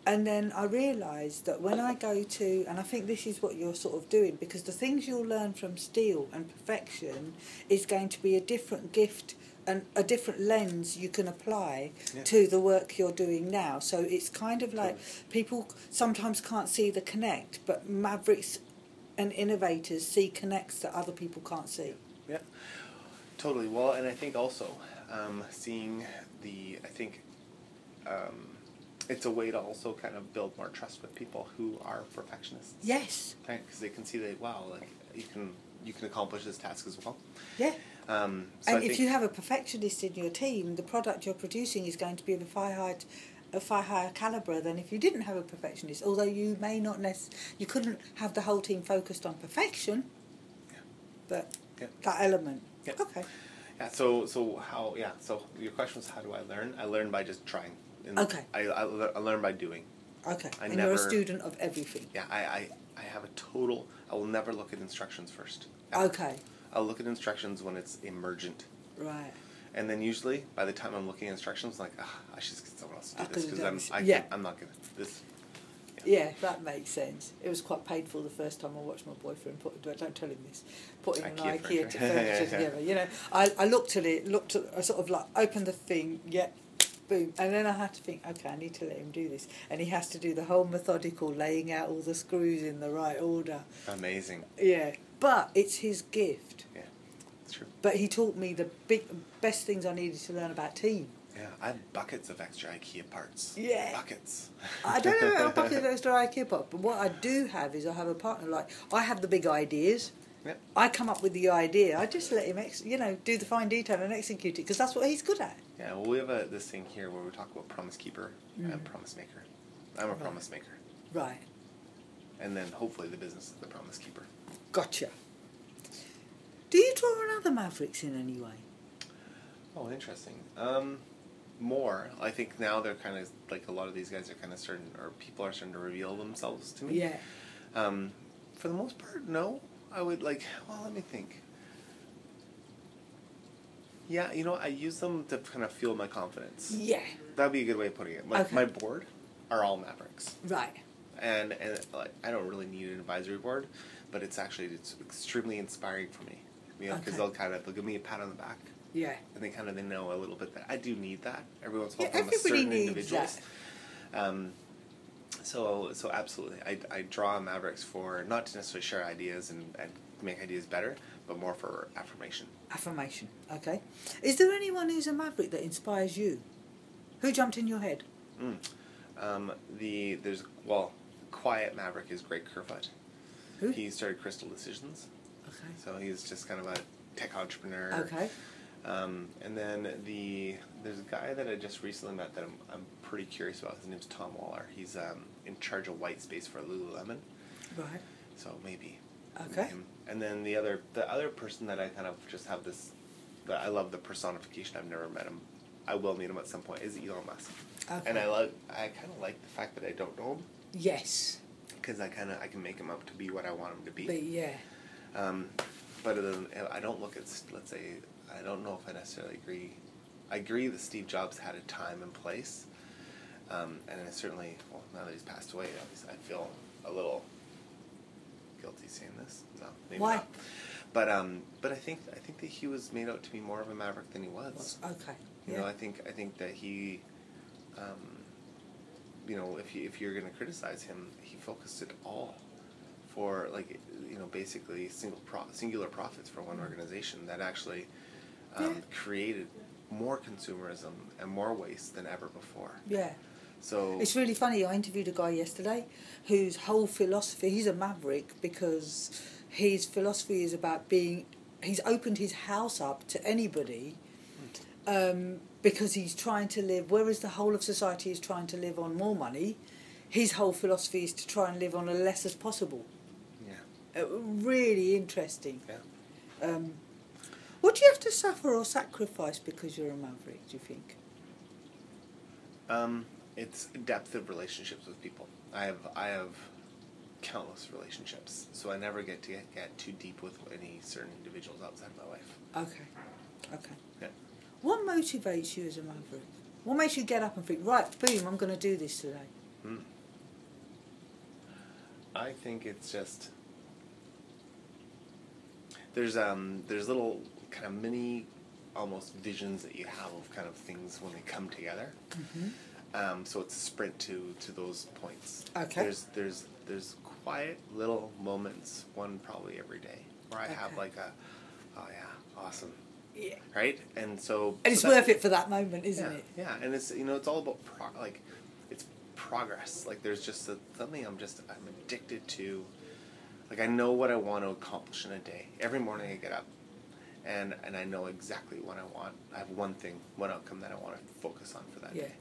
Speaker 1: And then I realised that when I go to, and I think this is what you're sort of doing, because the things you'll learn from steel and perfection is going to be a different gift and a different lens you can apply
Speaker 2: Yeah.
Speaker 1: to the work you're doing now. So it's kind of like people sometimes can't see the connect, but mavericks and innovators see connects that other people can't see.
Speaker 2: Yeah, totally. Well, and I think also um, seeing the, I think um, it's a way to also kind of build more trust with people who are perfectionists.
Speaker 1: Yes.
Speaker 2: Right, because they can see that wow, like you can you can accomplish this task as well.
Speaker 1: Yeah.
Speaker 2: Um, so
Speaker 1: And
Speaker 2: I
Speaker 1: if
Speaker 2: think,
Speaker 1: you have a perfectionist in your team, the product you're producing is going to be of a far higher, a far higher calibre than if you didn't have a perfectionist. Although you may not nec- you couldn't have the whole team focused on perfection,
Speaker 2: Yeah.
Speaker 1: but
Speaker 2: Yeah.
Speaker 1: that element.
Speaker 2: Yeah.
Speaker 1: Okay.
Speaker 2: yeah, so so how yeah, so your question was how do I learn? I learn by just trying. And
Speaker 1: Okay.
Speaker 2: I, I, le- I learn by doing.
Speaker 1: Okay.
Speaker 2: I
Speaker 1: and you're a
Speaker 2: never-
Speaker 1: student of everything.
Speaker 2: Yeah, I, I I have a total. I will never look at instructions first. Ever.
Speaker 1: Okay.
Speaker 2: I'll look at instructions when it's emergent.
Speaker 1: Right.
Speaker 2: And then usually by the time I'm looking at instructions, I'm like, ah, I should just get someone else to
Speaker 1: I
Speaker 2: do this
Speaker 1: could've
Speaker 2: because
Speaker 1: done
Speaker 2: I'm
Speaker 1: this.
Speaker 2: I
Speaker 1: Yeah.
Speaker 2: can't- I'm not gonna this.
Speaker 1: Yeah, that makes sense. It was quite painful the first time I watched my boyfriend put. Don't tell him this. Putting an
Speaker 2: IKEA
Speaker 1: IKEA
Speaker 2: furniture.
Speaker 1: to
Speaker 2: Yeah,
Speaker 1: furniture
Speaker 2: yeah.
Speaker 1: together. You know, I, I looked at it, looked at, I sort of like opened the thing, yeah, boom, and then I had to think, okay, I need to let him do this, and he has to do the whole methodical laying out all the screws in the right order.
Speaker 2: Amazing.
Speaker 1: Yeah, but it's his gift.
Speaker 2: Yeah, it's true.
Speaker 1: But he taught me the big best things I needed to learn about team.
Speaker 2: Yeah, I have buckets of extra IKEA parts.
Speaker 1: Yeah.
Speaker 2: Buckets.
Speaker 1: I don't know about a
Speaker 2: [LAUGHS]
Speaker 1: bucket of extra IKEA pop, but what I do have is I have a partner. Like I have the big ideas.
Speaker 2: Yep.
Speaker 1: I come up with the idea. I just let him, ex- you know, do the fine detail and execute it because that's what he's good at.
Speaker 2: Yeah, well, we have a, this thing here where we talk about promise keeper and promise maker. I'm a
Speaker 1: Mm. Right.
Speaker 2: promise maker,
Speaker 1: Right.
Speaker 2: and then hopefully the business is the promise keeper.
Speaker 1: Gotcha. Do you draw on other Mavericks in any way?
Speaker 2: Oh, interesting. Um, more, I think now they're kind of like a lot of these guys are kind of starting, or people are starting to reveal themselves to me.
Speaker 1: Yeah.
Speaker 2: Um, for the most part, no. I would like. Well, let me think. Yeah, you know, I use them to kind of fuel my confidence.
Speaker 1: Yeah.
Speaker 2: That'd be a good way of putting it. Like
Speaker 1: Okay.
Speaker 2: my board are all Mavericks.
Speaker 1: Right.
Speaker 2: and and like, I don't really need an advisory board, but it's actually it's extremely inspiring for me. You know, because
Speaker 1: Okay.
Speaker 2: they'll kind of they'll give me a pat on the back,
Speaker 1: Yeah.
Speaker 2: and they kind of they know a little bit that I do need that every once in a
Speaker 1: Yeah,
Speaker 2: while from a
Speaker 1: everybody
Speaker 2: certain
Speaker 1: needs
Speaker 2: individuals. Um, so so absolutely, I I draw Mavericks for not to necessarily share ideas and, and make ideas better, but more for affirmation.
Speaker 1: Affirmation. Okay. Is there anyone who's a Maverick that inspires you? Who jumped in your head?
Speaker 2: Mm. Um, the there's well, quiet Maverick is Greg Kerfoot.
Speaker 1: Who?
Speaker 2: He started Crystal Decisions,
Speaker 1: Okay.
Speaker 2: so he's just kind of a tech entrepreneur.
Speaker 1: Okay.
Speaker 2: Um, and then the there's a guy that I just recently met that I'm, I'm pretty curious about. His name's Tom Waller. He's um, in charge of white space for Lululemon,
Speaker 1: Right.
Speaker 2: so maybe.
Speaker 1: Okay.
Speaker 2: him. And then the other the other person that I kind of just have this that I love the personification. I've never met him. I will meet him at some point. Is Elon Musk,
Speaker 1: Okay.
Speaker 2: and I love I kind of like the fact that I don't know him
Speaker 1: Yes.
Speaker 2: because I kind of I can make him up to be what I want him to be.
Speaker 1: But yeah.
Speaker 2: Um, but then I don't look at, s- let's say, I don't know if I necessarily agree. I agree that Steve Jobs had a time and place. Um, and I certainly, well, now that he's passed away, obviously, I feel a little guilty saying this. No, maybe
Speaker 1: Why?
Speaker 2: not. But um, but I think I think that he was made out to be more of a maverick than he was.
Speaker 1: Okay.
Speaker 2: You
Speaker 1: Yeah.
Speaker 2: know, I think I think that he, um, you know, if you if you're going to criticize him, he focused it all for like you know basically single pro- singular profits for one organization that actually um,
Speaker 1: Mm-hmm. Yeah.
Speaker 2: created more consumerism and more waste than ever before.
Speaker 1: yeah.
Speaker 2: So
Speaker 1: It's really funny. I interviewed a guy yesterday whose whole philosophy, he's a maverick because his philosophy is about being, he's opened his house up to anybody um, because he's trying to live, whereas the whole of society is trying to live on more money, his whole philosophy is to try and live on as less as possible.
Speaker 2: Yeah.
Speaker 1: Uh, really interesting.
Speaker 2: Yeah.
Speaker 1: Um, what do you have to suffer or sacrifice because you're a maverick, do you think?
Speaker 2: Um, it's depth of relationships with people. I have I have countless relationships, so I never get to get, get too deep with any certain individuals outside of my life.
Speaker 1: Okay, okay.
Speaker 2: Yeah.
Speaker 1: What motivates you as a maverick? What makes you get up and think, right, boom, I'm going to do this today?
Speaker 2: Hmm. I think it's just there's um there's little kind of mini almost visions that you have of kind of things when they come together. Um, so it's a sprint to to those points.
Speaker 1: Okay.
Speaker 2: There's there's there's quiet little moments, one probably every day, where I have
Speaker 1: Okay.
Speaker 2: like a oh yeah, awesome.
Speaker 1: Yeah.
Speaker 2: Right? And so
Speaker 1: And it's
Speaker 2: so that-
Speaker 1: worth it for that moment, isn't
Speaker 2: yeah,
Speaker 1: it?
Speaker 2: Yeah, and it's you know it's all about pro- like it's progress. Like there's just a, something I'm just I'm addicted to. Like I know what I want to accomplish in a day. Every morning I get up, and and I know exactly what I want. I have one thing, one outcome that I want to focus on for that
Speaker 1: Yeah.
Speaker 2: day.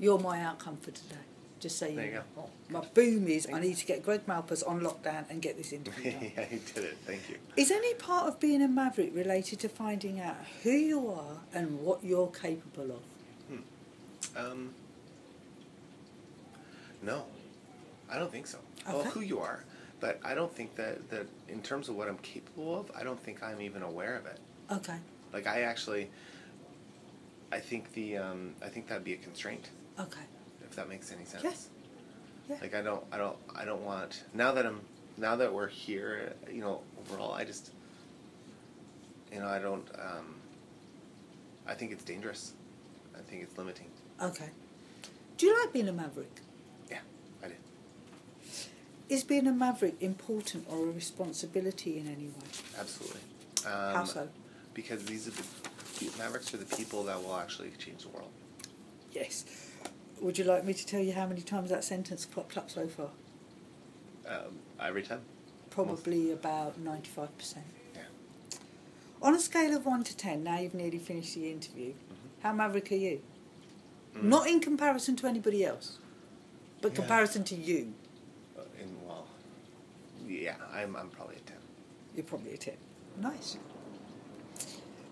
Speaker 1: You're my outcome for today. Just so you
Speaker 2: There you
Speaker 1: know.
Speaker 2: go. Oh,
Speaker 1: My boom is I need to get Greg Malpas on lockdown and get this interview
Speaker 2: [LAUGHS]
Speaker 1: done.
Speaker 2: [LAUGHS] yeah, you did it. Thank you.
Speaker 1: Is any part of being a maverick related to finding out who you are and what you're capable of?
Speaker 2: Um, no, I don't think so. Well,
Speaker 1: Okay.
Speaker 2: who you are, but I don't think that that in terms of what I'm capable of, I don't think I'm even aware of it.
Speaker 1: Okay,
Speaker 2: Like I actually, I think the um, I think that'd be a constraint
Speaker 1: okay.
Speaker 2: if that makes any sense.
Speaker 1: Yeah.
Speaker 2: Like I don't I don't I don't want now that I'm now that we're here you know overall I just you know I don't um, I think it's dangerous. I think it's limiting.
Speaker 1: Okay. Do you like being a maverick?
Speaker 2: Yeah, I did.
Speaker 1: Is being a maverick important or a responsibility in any way?
Speaker 2: Absolutely. Um,
Speaker 1: How so?
Speaker 2: Because these are the Mavericks are the people that will actually change the world.
Speaker 1: Yes. Would you like me to tell you how many times that sentence cropped up so far?
Speaker 2: Um, every time.
Speaker 1: Probably about 95%.
Speaker 2: Yeah.
Speaker 1: On a scale of 1 to 10, now you've nearly finished the interview, how maverick are you?
Speaker 2: Mm-hmm.
Speaker 1: Not in comparison to anybody else, but
Speaker 2: Mm. Yeah.
Speaker 1: comparison to you,
Speaker 2: Uh, And well, yeah, I'm I'm probably a ten.
Speaker 1: you're probably a 10. Nice.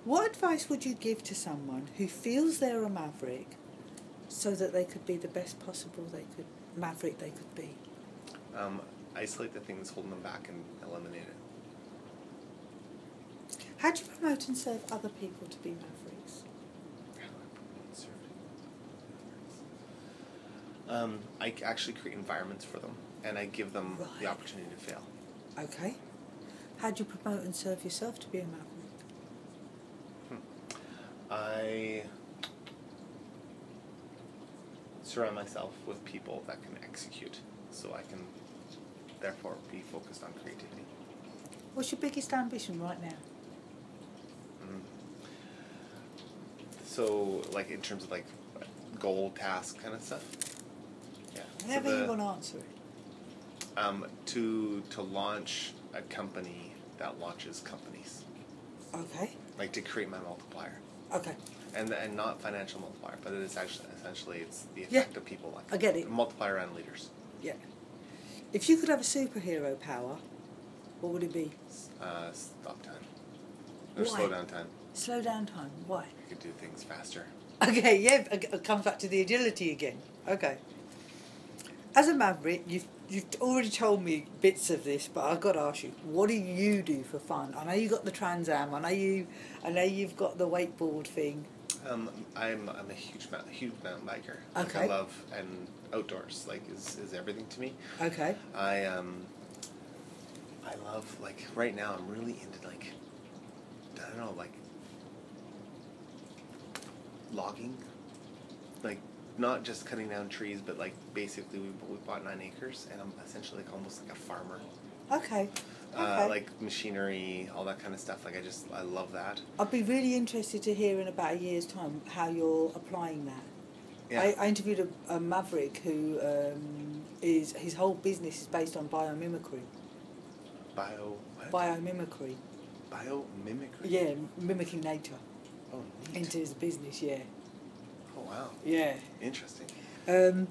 Speaker 1: What advice would you give to someone who feels they're a maverick so that they could be the best possible they could maverick they could be?
Speaker 2: Um, isolate the thing that's holding them back and eliminate it.
Speaker 1: How do you promote and serve other people to be mavericks?
Speaker 2: Um, I c- actually create environments for them, and I give them
Speaker 1: Right.
Speaker 2: the opportunity to fail.
Speaker 1: Okay. How do you promote and serve yourself to be a maverick?
Speaker 2: Hmm. I surround myself with people that can execute, so I can therefore be focused on creativity.
Speaker 1: What's your biggest ambition right now?
Speaker 2: Hmm. So, like in terms of like goal task kind of stuff. Yeah. So
Speaker 1: Whenever
Speaker 2: the-
Speaker 1: you want to answer it.
Speaker 2: um, to to launch a company that launches companies,
Speaker 1: Okay.
Speaker 2: like to create my multiplier,
Speaker 1: Okay.
Speaker 2: and and not financial multiplier, but it is actually essentially it's the
Speaker 1: Yeah.
Speaker 2: effect of people like
Speaker 1: I get it.
Speaker 2: multiplier and leaders,
Speaker 1: Yeah. If you could have a superhero power, what would it be?
Speaker 2: uh, stop time or
Speaker 1: Why?
Speaker 2: slow down time.
Speaker 1: Slow down time. Why?
Speaker 2: You could do things faster.
Speaker 1: Okay, yeah, it- it comes back to the agility again. Okay. As a maverick, you've, you've already told me bits of this, but I've got to ask you, what do you do for fun? I know you've got the Trans Am, I know, you, I know you've got the wakeboard thing.
Speaker 2: Um, I'm I'm a huge mount, huge mountain biker. Like, I
Speaker 1: Okay.
Speaker 2: love and outdoors like is is everything to me.
Speaker 1: Okay.
Speaker 2: I um I love like right now I'm really into like I don't know like logging like not just cutting down trees but like basically we, we bought nine acres and I'm essentially like almost like a farmer
Speaker 1: Okay.
Speaker 2: uh,
Speaker 1: Okay.
Speaker 2: like machinery all that kind of stuff like I just I love that
Speaker 1: I'd be really interested to hear in about a year's time how you're applying that.
Speaker 2: yeah
Speaker 1: I, I interviewed a, a maverick who um, is his whole business is based on biomimicry.
Speaker 2: bio what?
Speaker 1: Biomimicry.
Speaker 2: biomimicry
Speaker 1: Yeah, mimicking nature.
Speaker 2: Oh, neat.
Speaker 3: into his business, yeah.
Speaker 2: oh, wow.
Speaker 3: Yeah.
Speaker 2: Interesting.
Speaker 1: Um,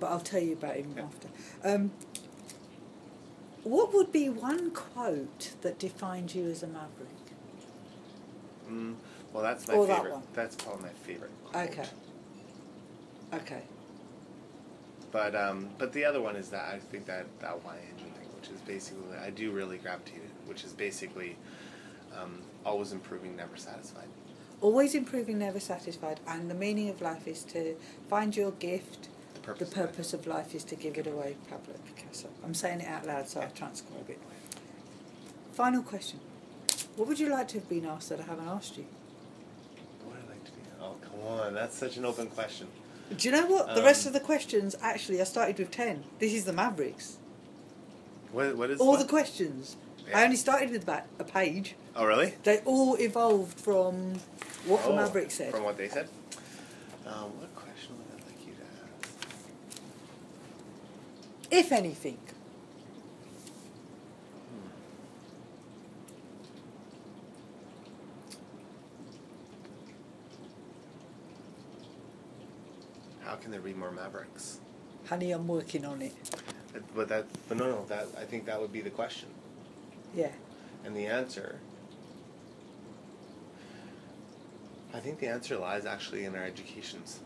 Speaker 1: but I'll tell you about him
Speaker 2: Yeah.
Speaker 1: after. Um, what would be one quote that defines you as a maverick?
Speaker 2: Mm, well, that's my
Speaker 1: Or that
Speaker 2: favorite.
Speaker 1: one.
Speaker 2: That's probably my favorite. quote.
Speaker 1: Okay. Okay.
Speaker 2: But um, but the other one is that I think that that Y engine thing, which is basically I do really gravitate it, which is basically um, always improving, never satisfied.
Speaker 1: Always improving, never satisfied, and the meaning of life is to find your gift.
Speaker 2: The
Speaker 1: The
Speaker 2: purpose. of life.
Speaker 1: purpose of life is to give it away, Pablo Picasso. I'm saying it out loud, so I transcribe it. Final question: What would you like to have been asked that I haven't asked you?
Speaker 2: What I like to be. Oh come on, that's such an open question.
Speaker 1: Do you know what? The rest of
Speaker 2: Um,
Speaker 1: the questions actually, I started with ten. This is the Mavericks.
Speaker 2: What what is
Speaker 1: All
Speaker 2: what?
Speaker 1: the questions. I
Speaker 2: Yeah.
Speaker 1: only started with about a page.
Speaker 2: Oh really?
Speaker 1: They all evolved from what
Speaker 2: Oh,
Speaker 1: the Maverick said.
Speaker 2: From what they said. Um, what question would I like you to ask?
Speaker 1: if anything.
Speaker 2: How can there be more Mavericks?
Speaker 1: Honey, I'm working on it.
Speaker 2: Uh, But that, but no, no, that I think that would be the question,
Speaker 1: Yeah.
Speaker 2: and the answer. I think the answer lies actually in our educations.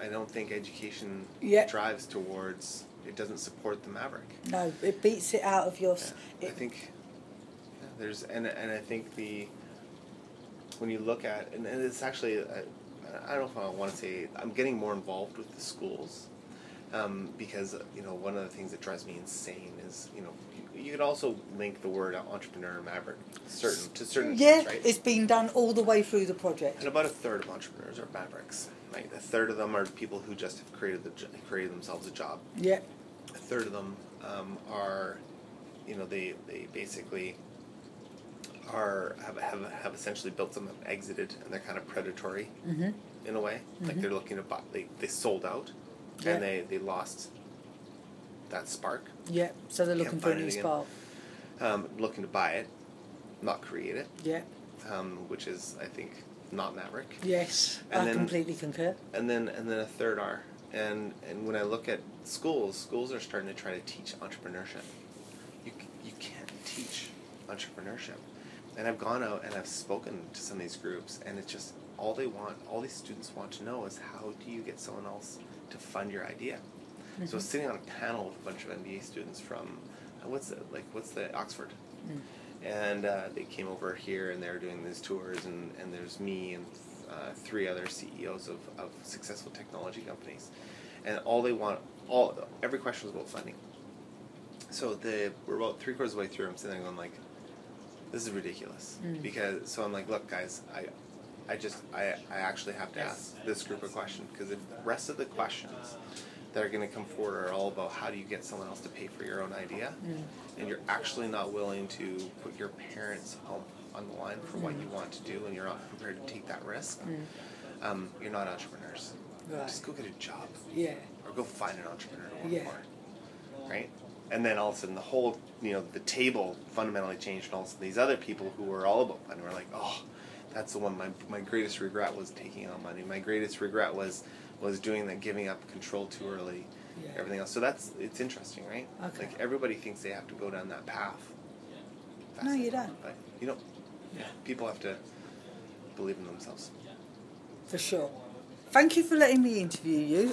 Speaker 2: I don't think education
Speaker 1: Yeah.
Speaker 2: drives towards. It doesn't support the Maverick.
Speaker 1: No, it beats it out of your. s
Speaker 2: I
Speaker 1: It,
Speaker 2: think yeah, there's and and I think the when you look at and, and it's actually I, I don't know if I want to say I'm getting more involved with the schools um, because you know one of the things that drives me insane is you know you, you could also link the word entrepreneur and maverick certain to certain
Speaker 1: yeah,
Speaker 2: things, right
Speaker 1: it's been done all the way through the project.
Speaker 2: and about a third of entrepreneurs are mavericks right a third of them are people who just have created the jo- created themselves a job
Speaker 1: Yeah.
Speaker 2: a third of them um, are, you know, they they basically are have, have have essentially built something, exited, and they're kind of predatory
Speaker 1: Mm-hmm.
Speaker 2: in a way. Like they're looking to buy, they they sold out,
Speaker 1: Yeah.
Speaker 2: and they they lost that spark.
Speaker 1: Yeah. So they're looking for a
Speaker 2: find it
Speaker 1: new
Speaker 2: again.
Speaker 1: spark.
Speaker 2: Um, looking to buy it, not create it,
Speaker 1: Yeah.
Speaker 2: um, which is I think not Maverick.
Speaker 1: Yes.
Speaker 2: And
Speaker 1: I
Speaker 2: then-
Speaker 1: completely concur.
Speaker 2: and then and then a third are. And and when I look at schools, schools are starting to try to teach entrepreneurship. You c- you can't teach entrepreneurship. And I've gone out and I've spoken to some of these groups, and it's just all they want, all these students want to know is how do you get someone else to fund your idea. So I was sitting on a panel with a bunch of MBA students from uh, what's the, like what's the Oxford
Speaker 1: Mm.
Speaker 2: and uh, they came over here and they were doing these tours and, and there's me and uh, three other ceos of, of successful technology companies and all they want all every question was about funding so the we're about three quarters of the way through i'm sitting there going like this is ridiculous because so i'm like look guys i i just i, I actually have to ask this group a question because if the rest of the questions that are going to come forward are all about how do you get someone else to pay for your own idea and you're actually not willing to put your parents home on the line for what you want to do and you're not prepared to take that risk um, you're not entrepreneurs
Speaker 1: Mm. Right.
Speaker 2: just go get a job
Speaker 1: Yeah.
Speaker 2: or go find an entrepreneur to work
Speaker 1: Yeah.
Speaker 2: for. Right? And then all of a sudden the whole you know, the table fundamentally changed and all of a sudden these other people who were all about money were like, Oh, that's the one my my greatest regret was taking on money. My greatest regret was was doing that giving up control too early.
Speaker 1: Yeah.
Speaker 2: Everything else. So that's it's interesting, right?
Speaker 1: Okay.
Speaker 2: Like everybody thinks they have to go down that path.
Speaker 1: No, you
Speaker 2: it.
Speaker 1: don't.
Speaker 2: But you don't people have to believe in themselves.
Speaker 1: For sure. Thank you for letting me interview you.